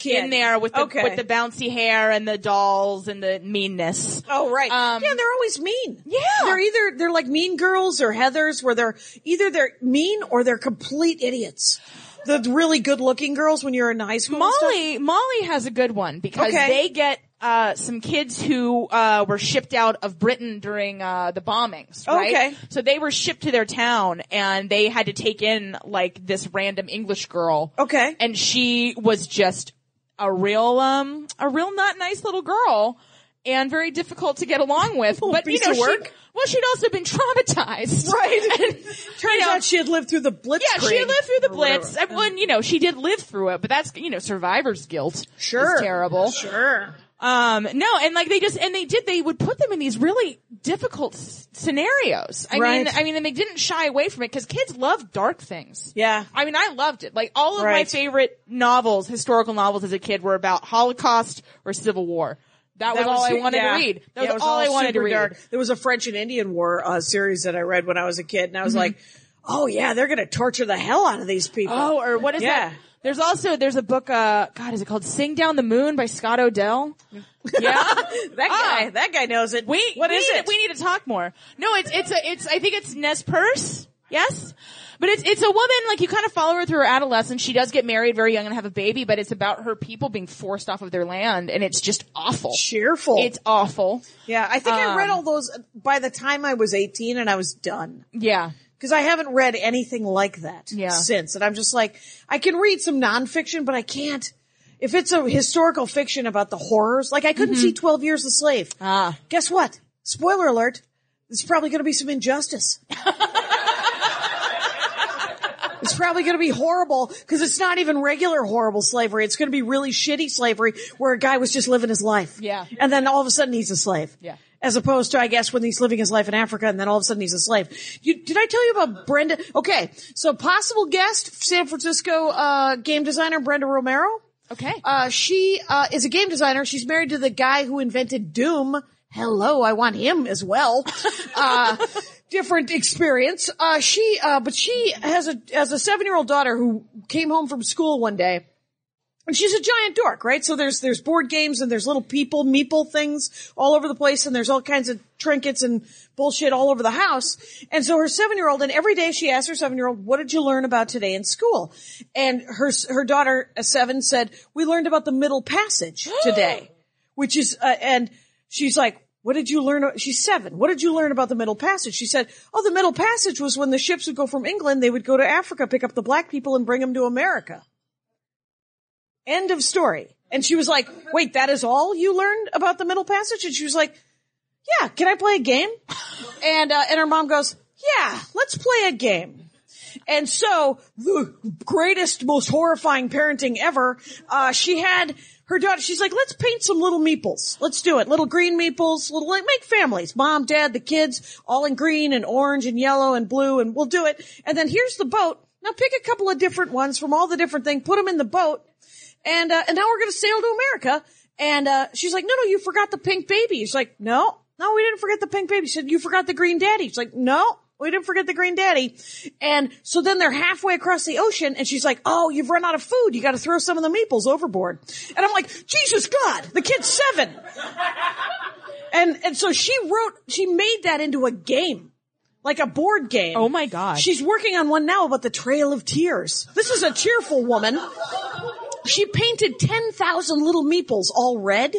Kid. in there with the Okay. with the bouncy hair and the dolls and the meanness. Oh right. Um, yeah, they're always mean. Yeah. They're either they're like mean girls or heathers where they're either they're mean or they're complete idiots. The really good looking girls when you're in high school. and stuff. Molly Molly has a good one because Okay. they get uh, some kids who uh, were shipped out of Britain during uh, the bombings, right? Oh, Okay. So they were shipped to their town and they had to take in like this random English girl. Okay. And she was just a real um a real not nice little girl and very difficult to get [laughs] along with. But piece you know, of she- work. well, she'd also been [laughs] traumatized, Right. [laughs] And, Turns you know, out she had lived through the blitz. yeah, she lived through the Blitz. And, well, and, you know, she did live through it, but that's, you know, survivor's guilt. Sure. Is terrible. Sure. Um, no, and like they just, and they did, they would put them in these really difficult s- scenarios. I mean, Right. I mean, and they didn't shy away from it because kids love dark things. Yeah. I mean, I loved it. Like all of my Right. favorite novels, historical novels as a kid were about Holocaust or Civil War. That, was, all I wanted yeah. to read. That Yeah, was, it all, I wanted to super read. dark. There was a French and Indian War uh, series that I read when I was a kid, and I was Mm-hmm. like, "Oh yeah, they're going to torture the hell out of these people." Oh, or what is Yeah. that? There's also, there's a book, uh, God, is it called Sing Down the Moon by Scott Odell? [laughs] Yeah. that guy, that guy knows it. oh. We what we is need, it? We need to talk more. No, it's it's a it's I think it's Nez Perce. Yes, but it's it's a woman like you kind of follow her through her adolescence. She does get married very young and have a baby, but it's about her people being forced off of their land, and it's just awful. Cheerful. It's awful. yeah, I think I read um, all those uh, by the time I was eighteen, and I was done. Yeah. because I haven't read anything like that Yeah. since. And I'm just like, I can read some nonfiction, but I can't. If it's a historical fiction about the horrors, like I Mm-hmm. couldn't see 12 Years a Slave. Ah. Guess what? Spoiler alert. There's probably going to be some [laughs] injustice. It's probably going to be horrible because it's not even regular horrible slavery. It's going to be really shitty slavery where a guy was just living his life. Yeah. And then all of a sudden he's a slave. Yeah. As opposed to, I guess, when he's living his life in Africa and then all of a sudden he's a slave. You, did I tell you about Brenda? Okay. So possible guest, San Francisco, uh, game designer Brenda Romero. Okay. Uh, she, uh, is a game designer. She's married to the guy who invented Doom. Hello. I want him as well. uh, different experience. Uh, she, uh, but she has a, has a seven year old daughter who came home from school one day and she's a giant dork, right? So there's there's board games and there's little people, meeple things all over the place, and there's all kinds of trinkets and bullshit all over the house. And so her seven year old, and every day she asks her seven year old, "What did you learn about today in school?" And her s- her daughter uh, seven said, "We learned about the Middle Passage today," which is uh, and she's like. What did you learn? She's seven. What did you learn about the Middle Passage? She said, Oh, the Middle Passage was when the ships would go from England, they would go to Africa, pick up the black people and bring them to America. End of story. And she was like, wait, that is all you learned about the middle passage? And she was like, yeah, can I play a game? And, uh, and her mom goes, yeah, let's play a game. And so the greatest, most horrifying parenting ever, uh, she had her daughter, she's like, let's paint some little meeples. Let's do it. Little green meeples, little, like, make families. Mom, dad, the kids, all in green and orange and yellow and blue and we'll do it. And then here's the boat. Now pick a couple of different ones from all the different things, put them in the boat and uh, and now we're gonna sail to America. And uh, she's like, no, no, you forgot the pink baby. She's like, no, no, we didn't forget the pink baby. She said, you forgot the green daddy. She's like, no, we didn't forget the green daddy. And so then they're halfway across the ocean, and she's like, oh, you've run out of food. You got to throw some of the meeples overboard. And I'm like, Jesus God, the kid's seven. and and so she wrote, she made that into a game. Like a board game. Oh my God. She's working on one now about the Trail of Tears. This is a cheerful woman. She painted 10,000 little meeples all red.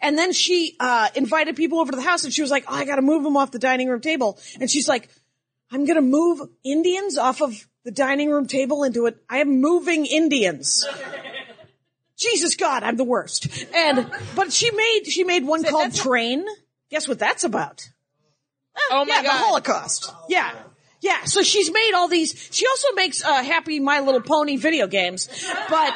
And then she, uh, invited people over to the house and she was like, oh, I gotta move them off the dining room table. And she's like, I'm gonna move Indians off of the dining room table into it. I am moving Indians. Jesus God, I'm the worst. And, but she made, she made one called that's- Train. Guess what that's about? oh my yeah, god. the Holocaust. Yeah. Yeah, so she's made all these. She also makes uh, happy My Little Pony video games, but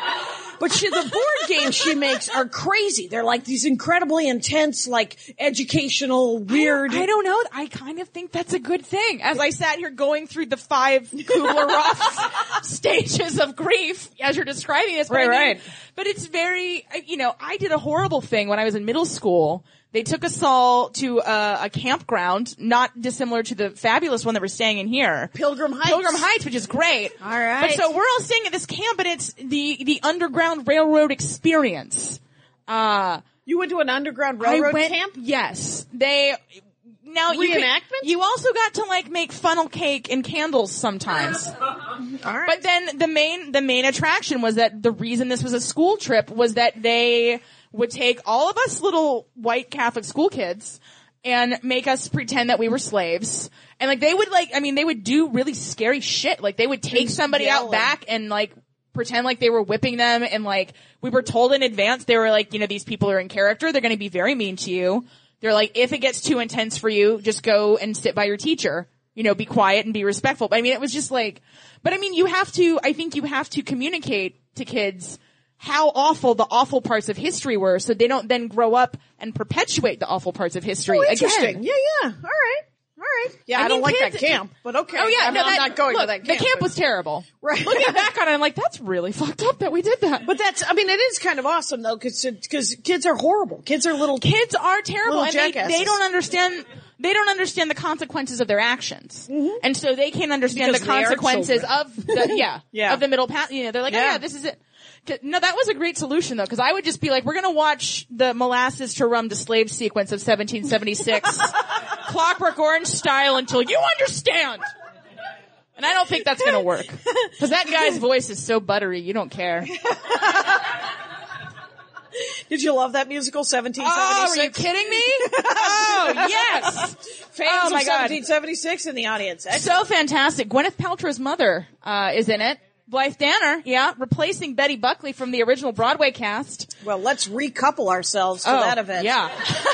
but she, the board games she makes are crazy. They're like these incredibly intense, like educational, weird. I don't know. I kind of think that's a good thing. As I sat here going through [laughs] the five Kubler-Ross stages of grief as you're describing this. but I Right, think- right. But it's very, I- you know, I did a horrible thing when I was in middle school. They took us all to a, a campground, not dissimilar to the fabulous one that we're staying in here. Pilgrim Heights. Pilgrim Heights, which is great. All right. But so we're all staying at this camp and it's the, the underground railroad experience. Uh, You went to an underground I railroad went- camp. Yes, they. Now you could- Reenactment? you also got to like make funnel cake and candles sometimes. [laughs] All right, But then the main the main attraction was that the reason this was a school trip was that they would take all of us little white Catholic school kids and make us pretend that we were slaves. And like they would like I mean they would do really scary shit. Like they would take somebody yelling. out back and like pretend like they were whipping them and like we were told in advance they were like, you know, these people are in character, they're going to be very mean to you. They're like if it gets too intense for you, just go and sit by your teacher. You know, be quiet and be respectful. But I mean it was just like but I mean, you have to, I think you have to communicate to kids how awful the awful parts of history were so they don't then grow up and perpetuate the awful parts of history Oh, Interesting. again. Yeah, yeah. All right. All right. Yeah, I, mean, don't like kids- that camp, but okay. Oh yeah, I mean, no, I'm that- not going look, to that camp. The camp was terrible. Right. [laughs] Looking back on it, I'm like, that's really fucked up that we did that. But that's, I mean, it is kind of awesome though, cause, cause kids are horrible. Kids are little kids are terrible Little and they, jackasses. they don't understand they don't understand the consequences of their actions and so they can't understand Mm-hmm. Because the they are consequences children. [laughs] of the yeah, Yeah. of the middle path you know they're like oh Yeah. yeah this is it 'Cause- no, that was a great solution though, because I would just be like, we're gonna watch the molasses to rum to slave sequence of [laughs] 1776, Clockwork Orange style until you understand. And I don't think that's gonna work, because [laughs] that guy's voice is so buttery, you don't care. Did you love that musical, 1776? Oh, are you kidding me? [laughs] Oh yes, Fans Oh, of my God. 1776 in the audience. Excellent. so fantastic. Gwyneth Paltrow's mother uh, is in it. Blythe Danner, yeah, replacing Betty Buckley from the original Broadway cast. Well, let's recouple ourselves to Oh, that event. Yeah.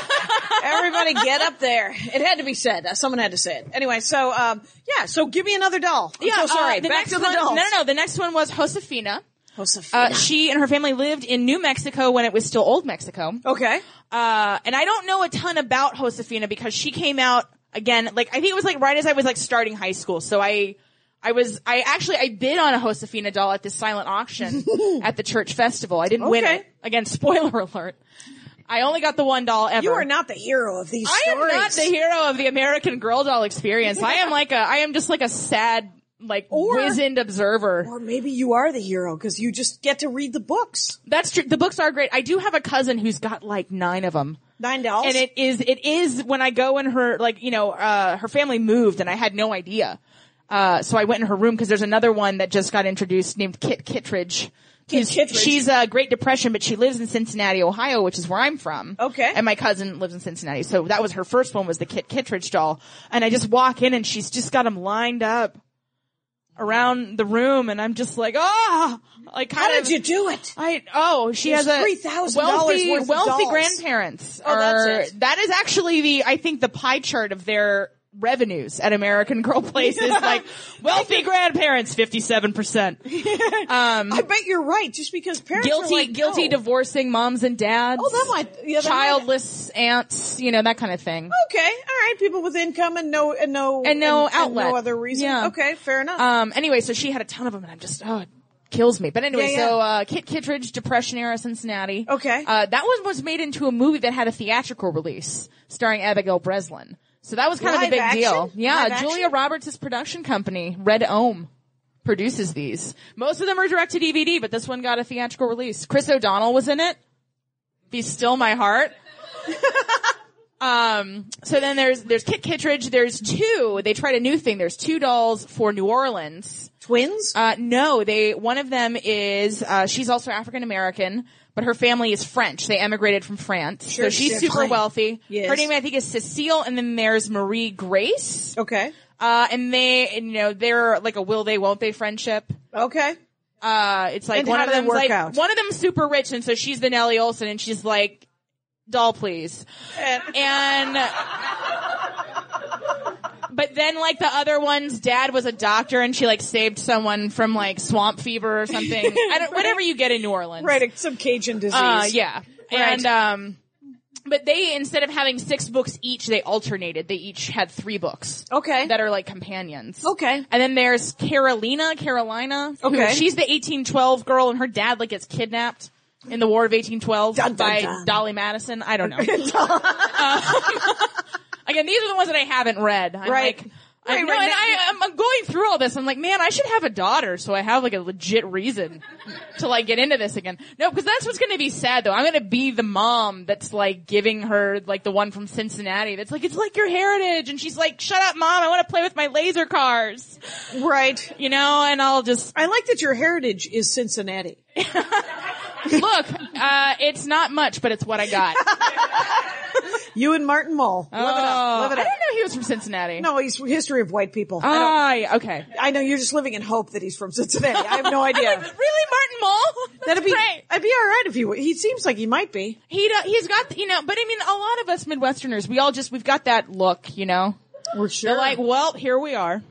[laughs] Everybody get up there. It had to be said. Uh, Someone had to say it. Anyway, so, um, yeah, so give me another doll. I'm yeah, so sorry. uh, the Back next to the one, dolls. Oh, No, no, no. The next one was Josefina. Josefina. Uh, she and her family lived in New Mexico when it was still Old Mexico. okay. Uh, and I don't know a ton about Josefina because she came out again, like, I think it was like right as I was like starting high school. So I, I was, I actually, I bid on a Josefina doll at this [laughs] silent auction at the church festival. I didn't win Okay. it. Again, spoiler alert. I only got the one doll ever. You are not the hero of these I am stories. not the hero of the American Girl doll experience. I am like a, I am just like a sad, like, Or- wizened observer. Or maybe you are the hero because you just get to read the books. That's true. The books are great. I do have a cousin who's got like nine of them. Nine dolls. and it is it is when I go in her like you know uh her family moved and I had no idea. Uh so I went in her room because there's another one that just got introduced named Kit Kittredge. Kit Who's- Kittredge. She's a Great Depression, but she lives in Cincinnati, Ohio, which is where I'm from. Okay. And my cousin lives in Cincinnati, so that was her first one was the Kit Kittredge doll. And I just walk in and she's just got them lined up around the room, and I'm just like, ah, like kind How of did you do it? I oh she There's has a $3,000 wealthy worth of wealthy dolls. grandparents. Oh, that's are- it. That is actually the I think the pie chart of their revenues at American Girl Place [laughs] is like wealthy grandparents fifty seven percent I bet you're right. Just because parents guilty are like, guilty no. divorcing moms and dads. Oh, that might- yeah, that might- childless aunts, you know that kind of thing. Okay, all right. People with income and no and no And no outlet. no other reason. Yeah. Okay, fair enough. Um. Anyway, so she had a ton of them, and I'm just oh. it Kills me, but anyway. Yeah, yeah. So uh, Kit Kittredge, Depression era, Cincinnati. Okay. uh, that one was made into a movie that had a theatrical release starring Abigail Breslin. So that was kind of Live a big action? deal. Yeah, Live Julia action? Roberts' production company, Red Ohm, produces these. Most of them are direct to DVD, but this one got a theatrical release. Chris O'Donnell was in it. Be still my [laughs] heart. um, so then there's there's Kit Kittredge. There's two. They tried a new thing. There's two dolls for New Orleans. Twins. Uh, no, they, one of them is, uh, she's also African American, but her family is French. They emigrated from France. so Sure, she's sure. super wealthy. Yes. Her name, I think, is Cecile, and then there's Marie Grace. okay. Uh, and they, and, you know, they're like a will they, won't they friendship. Okay. Uh, it's like And one how of do they them's work like, out? one of them's super rich, and so she's the Nellie Olson, and she's like, doll please And, and but then like the other one's dad was a doctor and she like saved someone from like swamp fever or [laughs] something I don't, whatever you get in new orleans right, it's some Cajun disease. uh, yeah and Right. um but they instead of having six books each they alternated they each had three books Okay. that are like companions Okay. and then there's carolina carolina who- Okay. she's the 1812 girl and her dad like gets kidnapped in the war of 1812 Dun, dun, by dun. dolly madison i don't [laughs] know Uh, [laughs] Again, these are the ones that I haven't read. I'm Right. Like, I Right, know, right. and I, I'm, I'm going through all this. I'm like, man, I should have a daughter so I have like a legit reason to like get into this again. No, because that's what's going to be sad though. I'm going to be the mom that's like giving her like the one from Cincinnati that's like, it's like your heritage. And she's like, shut up mom. I want to play with my laser cars, right. you know, and I'll just I like that your heritage is Cincinnati. look, uh, it's not much, but it's what [laughs] I got. You and Martin Mull. Love it Oh, up. Love I it didn't up. know he was from Cincinnati. No, he's history of white people. I, don't, Ah, yeah, okay. I know you're just living in hope that he's from Cincinnati. I have no idea. [laughs] Like, really, Martin Mull? [laughs] That's That'd be. great. I'd be all right if he. were- He seems like he might be. He do, he's got you know, but I mean, a lot of us Midwesterners, we all just we've got that look, you know. We're sure. Like, well, here we are.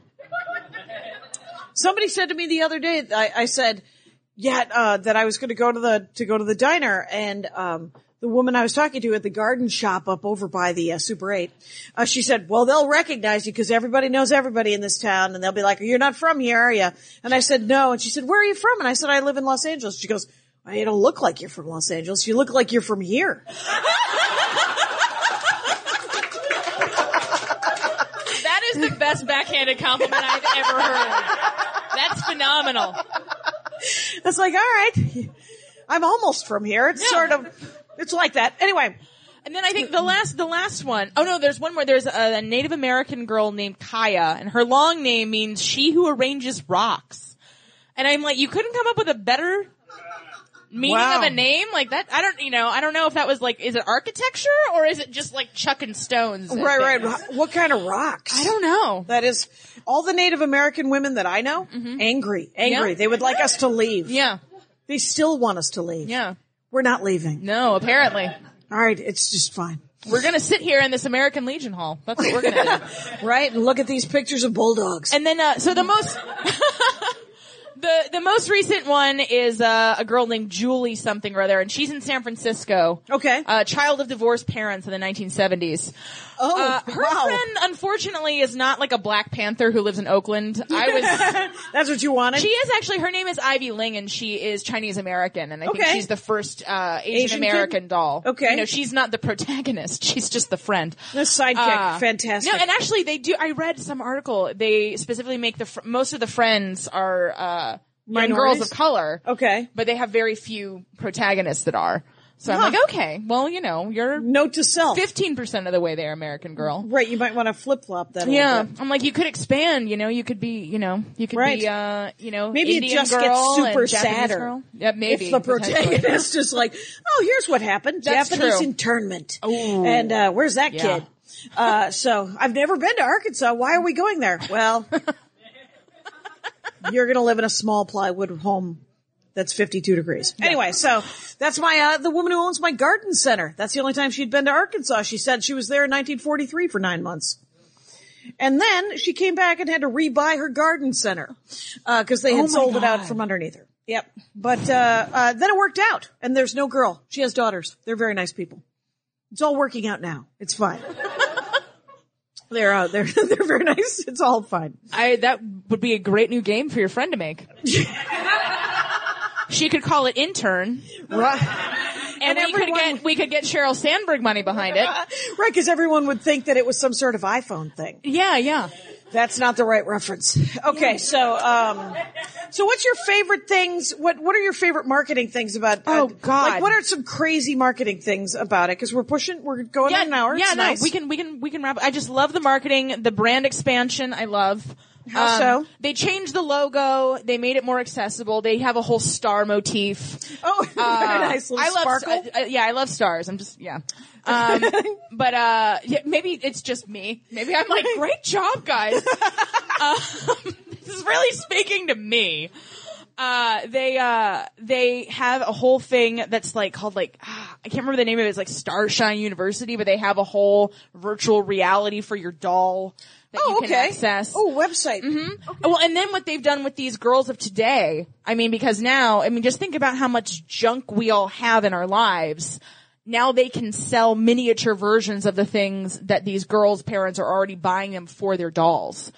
Somebody said to me the other day, I, I said, yeah, uh, that I was going to go to the to go to the diner, and um, the woman I was talking to at the garden shop up over by the uh, Super Eight, uh, she said, "Well, they'll recognize you because everybody knows everybody in this town, and they'll be like, you're not from here, are you?" And I said, "No," and she said, "Where are you from?" And I said, "I live in Los Angeles." She goes, well, "You don't look like you're from Los Angeles. You look like you're from here." That is the best backhanded compliment I've [laughs] ever heard. That's phenomenal. It's like, all right, I'm almost from here. It's Yeah. sort of, it's like that. Anyway, And then I think the last, the last one. Oh no, there's one more. There's a, a Native American girl named Kaya, and her long name means "she who arranges rocks." And I'm like, you couldn't come up with a better meaning Wow. of a name like that. I don't, you know, I don't know if that was like, is it architecture or is it just like chucking stones? at right, right. things? What kind of rocks? I don't know. That is all the Native American women that I know. Angry, angry. Mm-hmm. Yeah. They would like us to leave. Yeah, They still want us to leave. yeah. We're not leaving. No, apparently All right. It's just fine. we're gonna sit here in this American Legion Hall. That's what we're gonna do. Right. And look at these pictures of bulldogs. And then, uh, so the most, [laughs] the, the most recent one is, uh, a girl named Julie something or other, and she's in San Francisco. okay. Uh, child of divorced parents in the 1970s. oh, Uh, her wow. friend, unfortunately, is not like a Black Panther who lives in [laughs] Oakland. I was, That's what you wanted. she is actually, her name is Ivy Ling and she is Chinese American and I think Okay. she's the first, uh, Asian Asian kid? American doll. Okay. You know, she's not the protagonist. [laughs] She's just the friend. the sidekick. Ah. Fantastic. No, and actually, they do. I read some article. They specifically make the fr- most of the friends are uh, young girls Minorities? of color. okay. but they have very few protagonists that are. So I'm like, okay, well, you know, you're Note to self. 15% of the way there, American girl. Right. You might want to flip flop that. a little Yeah, bit. I'm like, you could expand. You know, you could be, you know, you could Right. be, uh, you know, Maybe it Indian just gets girl and super Japanese sadder Girl. Yeah, maybe If the potentially. [laughs] protagonist is like, oh, here's what happened. That's Japanese true. internment. And, uh, where's that Yeah. kid? Uh, so I've never been to Arkansas. Why are we going there? [laughs] Well, you're going to live in a small plywood home. That's 52 degrees. Anyway, so that's my, uh, the woman who owns my garden center. That's the only time she'd been to Arkansas. She said she was there in 1943 for nine months. And then she came back and had to rebuy her garden center because they had Oh my sold it out God. from underneath her. Yep. But uh, uh, then it worked out, and there's no girl. She has daughters. They're very nice people. It's all working out now. It's fine. they're uh, they're [laughs] they're very nice. It's all fine. I that would be a great new game for your friend [laughs] to make. she could call it intern, Right, and, we could everyone- get we could get Cheryl Sandberg money behind it. right. Because everyone would think that it was some sort of iPhone thing. [laughs] Yeah, yeah. That's not the right reference. Okay, so um, so what's your favorite things? What what are your favorite marketing things about? uh, Oh, God. Like what are some crazy marketing things about it? Because we're pushing, we're going Yeah, in an hour. yeah, it's no, nice. we can, we can, we can wrap. I just love the marketing, the brand expansion. I love. Um, How so? They changed the logo. They made it more accessible. They have a whole star motif. Oh, [laughs] very nice little I love sparkle. uh, uh, yeah, I love stars. I'm [laughs] just yeah. Um, but uh, yeah, maybe it's just me. Maybe [laughs] I'm like, great job, guys. Um, this is really speaking to me. Uh, they uh, they have a whole thing that's like called like ah, I can't remember the name of it. It's like Starshine University, but they have a whole virtual reality for your doll that oh, you okay. can access. Mm-hmm. Oh, website. Well, and then what they've done with these girls of today, I mean, because now, I mean, just think about how much junk we all have in our lives. Now they can sell miniature versions of the things that these girls' parents are already buying them for their dolls.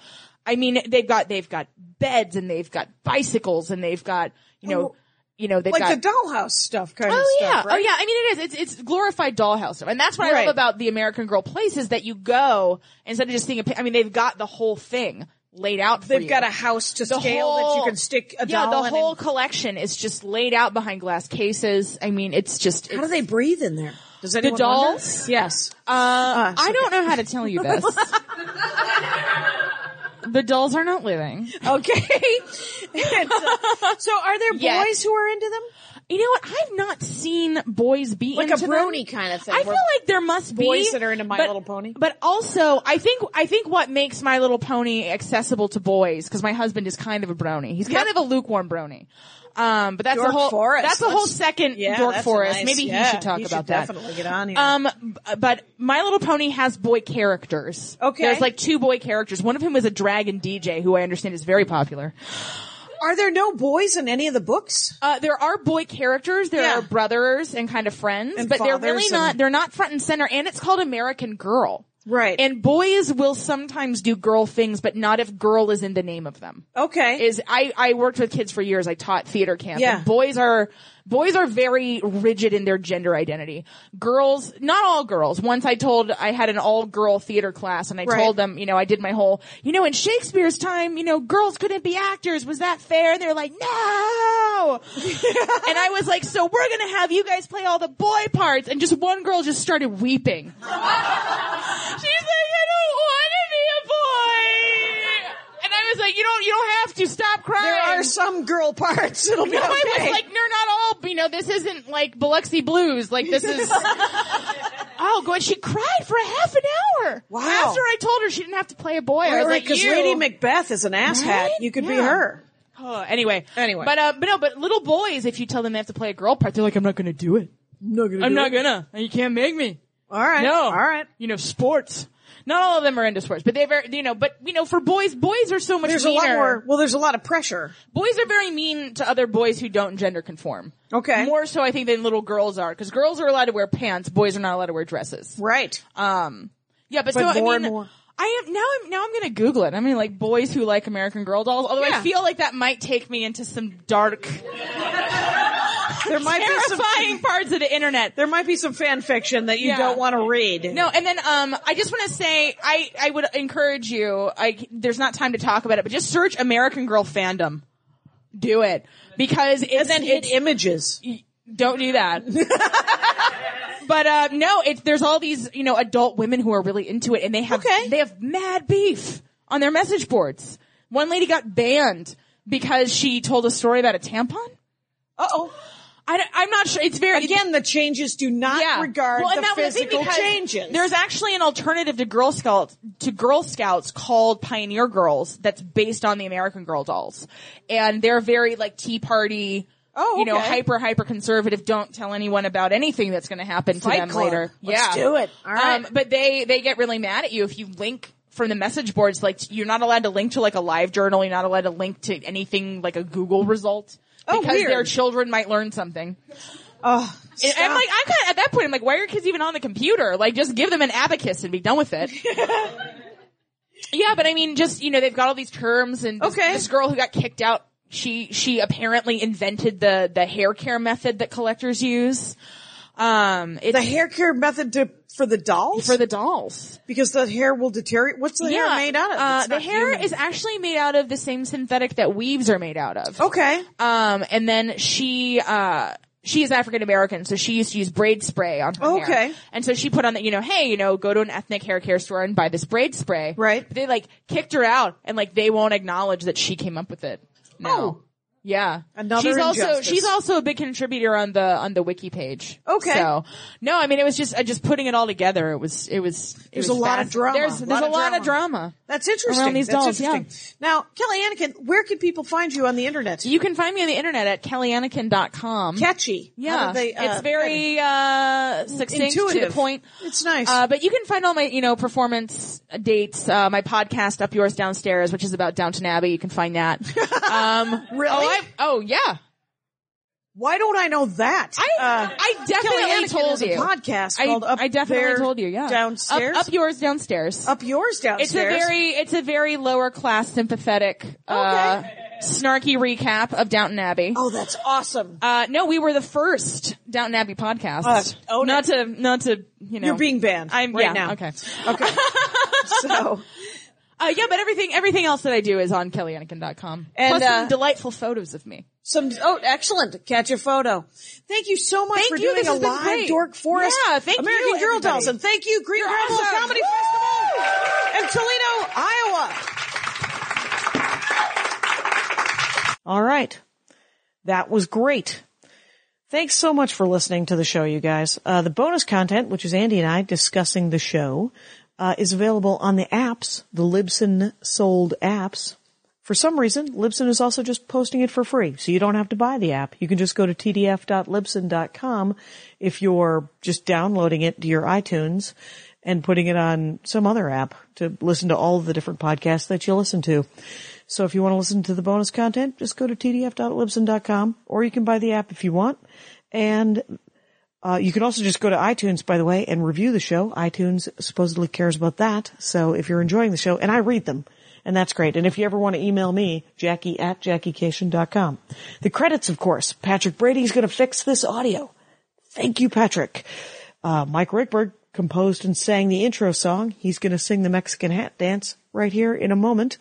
I mean, they've got, they've got beds and they've got bicycles and they've got, you know, Oh, you know, they've Like got. the dollhouse stuff kind of Oh yeah, stuff. oh yeah. I mean, it is. It's it's glorified dollhouse stuff, and that's what I Right. love about the American Girl place is that you go instead of just seeing a. pic- I mean, they've got the whole thing laid out for you. They've got a house to scale that you can stick a doll yeah, in the and- whole collection is just laid out behind glass cases. I mean, it's just. how do it's- they breathe in there? Does anyone wonder? dolls? [laughs] Yes. Uh, I don't know how to tell you [laughs] this. the dolls are not living. okay. And, [laughs] uh, so, are there boys Yes. who are into them? You know what? I've not seen boys be Like a into them. brony kind of thing, I feel where like there must be boys that are into My but- Little Pony. But also, I think I think what makes My Little Pony accessible to boys because my husband is kind of a brony. He's kind of a lukewarm brony. Um, but that's Dork a whole Forest. that's a whole Let's- second Yeah, dork that's a forest. nice- Maybe yeah, he should talk he about should that. definitely get on here. Um, b- but My Little Pony has boy characters. Okay. there's like two boy characters. One of whom is a dragon DJ, who I understand is very popular. Are there no boys in any of the books? Uh, there are boy characters. There Yeah. are brothers and kind of friends, And but they're really fathers not. and- They're not front and center. And it's called American Girl, Right. And boys will sometimes do girl things, but not if girl is in the name of them. Okay. Is I I worked with kids for years. I taught theater camp. Yeah. And boys are boys are very rigid in their gender identity. Girls, not all girls. Once I told I had an all girl theater class, and I Right. told them, you know, I did my whole, you know, in Shakespeare's time, you know, girls couldn't be actors. Was that fair? And they're like, no. [laughs] and I was like, so we're gonna have you guys play all the boy parts, and just one girl just started weeping. [laughs] She's like, I don't want to be a boy. And I was like, you don't, you don't have to stop crying. there are some girl parts. It'll be okay. I was like, no, not all. You know, this isn't like Biloxi Blues. Like this [laughs] is. oh, God, she cried for a half an hour. Wow. After I told her she didn't have to play a boy, I was Right, like, because you. Lady Macbeth is an asshat. Right? You could be Yeah. her. Oh, anyway, Anyway. but uh, but no, but little boys, if you tell them they have to play a girl part, they're like, I'm not gonna do it. I'm not gonna. I'm not gonna. And you can't make me. All right. No. All right. You know, sports. Not all of them are into sports, but they very, you know, but you know, for boys, boys are so much There's a meaner. lot more. Well, there's a lot of pressure. Boys are very mean to other boys who don't gender conform. Okay. More so, I think, than little girls are, because girls are allowed to wear pants, boys are not allowed to wear dresses. Right. Um, yeah, but, But so more I and mean, more. I am now. I'm now. I'm gonna Google it. I mean, like boys who like American Girl dolls. Although Yeah. I feel like that might take me into some dark, there [laughs] might be some. [laughs] terrifying parts of the internet. There might be some fan fiction that you Yeah. don't want to read. No, and then um, I just want to say I I would encourage you. I there's not time to talk about it, but just search American Girl fandom. Do it because it's And then hit it's- images. don't do that. [laughs] but uh, no, it's there's all these you know adult women who are really into it, and they have Okay. they have mad beef on their message boards. One lady got banned because she told a story about a tampon. Uh oh. I, am not sure. It's very Again, the changes do not regard Well, and the that was physical because changes. There's actually an alternative to Girl Scouts to Girl Scouts called Pioneer Girls that's based on the American Girl dolls, and they're very like Tea Party. Oh, you know, okay. hyper hyper conservative. Don't tell anyone about anything that's going to happen Fight to them Club. later. Let's yeah, do it. All right. Um, but they they get really mad at you if you link from the message boards. Like you're not allowed to link to like a live journal. You're not allowed to link to anything like a Google result Oh, because weird. their children might learn something. oh, And I'm like, I'm kind of at that point. I'm like, why are your kids even on the computer? Like, just give them an abacus and be done [laughs] with it. yeah, but I mean, just you know, they've got all these terms, and this, Okay. this girl who got kicked out, she she apparently invented the the hair care method that collectors use. Um, it's the hair care method to, for the dolls for the dolls. because the hair will deteriorate. What's the hair made out of? Uh, It's the not hair human. is actually made out of the same synthetic that weaves are made out of. okay. Um, and then she, uh, she is African American, so she used to use braid spray on her Okay. hair. And so she put on that, you know, hey, you know, go to an ethnic hair care store and buy this braid spray. Right. But they like kicked her out and like they won't acknowledge that she came up with it. No. Oh. Yeah. Another she's also, injustice. she's also a big contributor on the, on the wiki page. Okay. So, no, I mean, it was just, uh, just putting it all together. It was, it was, it There's was a lot of fasc- drama. There's, there's Lot a of lot of drama. drama. That's interesting. Around these That's dolls, yeah. interesting. Now, Kelly Anakin, where can people find you on the internet? You can find me on the internet at kellyanakin.com. Catchy. How Yeah, do they, uh, it's very uh, succinct to Intuitive. the point. It's nice. Uh, but you can find all my, you know, performance dates, uh, my podcast "Up Yours Downstairs," which is about Downton Abbey. You can [laughs] find that. Um, Really? Oh, I, oh yeah. Why don't I know that? I I definitely Uh, Kelly Anakin told is a you. podcast I, called Up I definitely There told you. Yeah. Downstairs. Up, up yours downstairs. Up yours It's downstairs. a very it's a very lower class sympathetic uh, snarky recap of Downton Abbey. Oh, that's awesome. Uh, no, we were the first Downton Abbey podcast. Uh, own not to, not to, you know. You're being banned I'm right yeah, now. Okay. Okay. [laughs] so, Uh, yeah, but everything, everything else that I do is on kellyanakin.com. And, Plus some uh, delightful photos of me. some oh, excellent. Catch a photo. Thank you so much Thank for you. doing This a has been live great. Dork Forest Yeah, thank you, American Girl everybody. Dolls, and thank you, Green You're Rebel awesome. Comedy Woo! Festival in Toledo, Iowa. All right, that was great. Thanks so much for listening to the show, you guys. Uh, the bonus content, which is Andy and I discussing the show, uh, is available on the apps, the Libsyn sold apps. For some reason, Libsyn is also just posting it for free, so you don't have to buy the app. You can just go to tdf.libsyn.com if you're just downloading it to your iTunes and putting it on some other app to listen to all of the different podcasts that you listen to. So if you want to listen to the bonus content, just go to tdf.libsyn.com or you can buy the app if you want. And uh, you can also just go to iTunes, by the way, and review the show. iTunes supposedly cares about that. So if you're enjoying the show, and I read them, and that's great. And if you ever want to email me, Jackie at JackieCation.com. The credits, of course. Patrick Brady's going to fix this audio. Thank you, Patrick. Uh, Mike Rickberg composed and sang the intro song. He's going to sing the Mexican hat dance right here in a moment.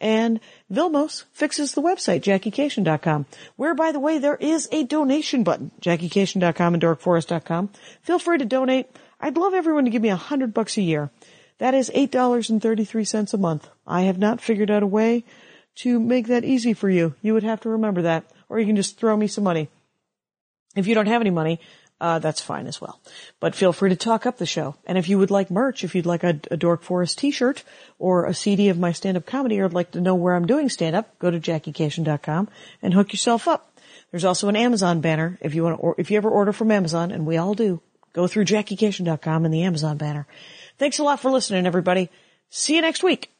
And Vilmos fixes the website, JackieCation.com, where, by the way, there is a donation button, JackieCation.com and DorkForest.com. Feel free to donate. I'd love everyone to give me a hundred bucks a year. That is $8.33 a month. I have not figured out a way to make that easy for you. You would have to remember that, or you can just throw me some money. If you don't have any money, uh, that's fine as well. But feel free to talk up the show. And if you would like merch, if you'd like a, a Dork Forest t-shirt or a CD of my stand-up comedy or would like to know where I'm doing stand-up, go to JackieCation.com and hook yourself up. There's also an Amazon banner if you want to, or if you ever order from Amazon, and we all do, go through JackieCation.com and the Amazon banner. Thanks a lot for listening, everybody. See you next week.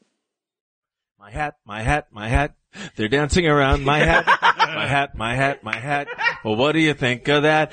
My hat, my hat, my hat. They're dancing around my hat, my hat, my hat, my hat. Well, what do you think of that?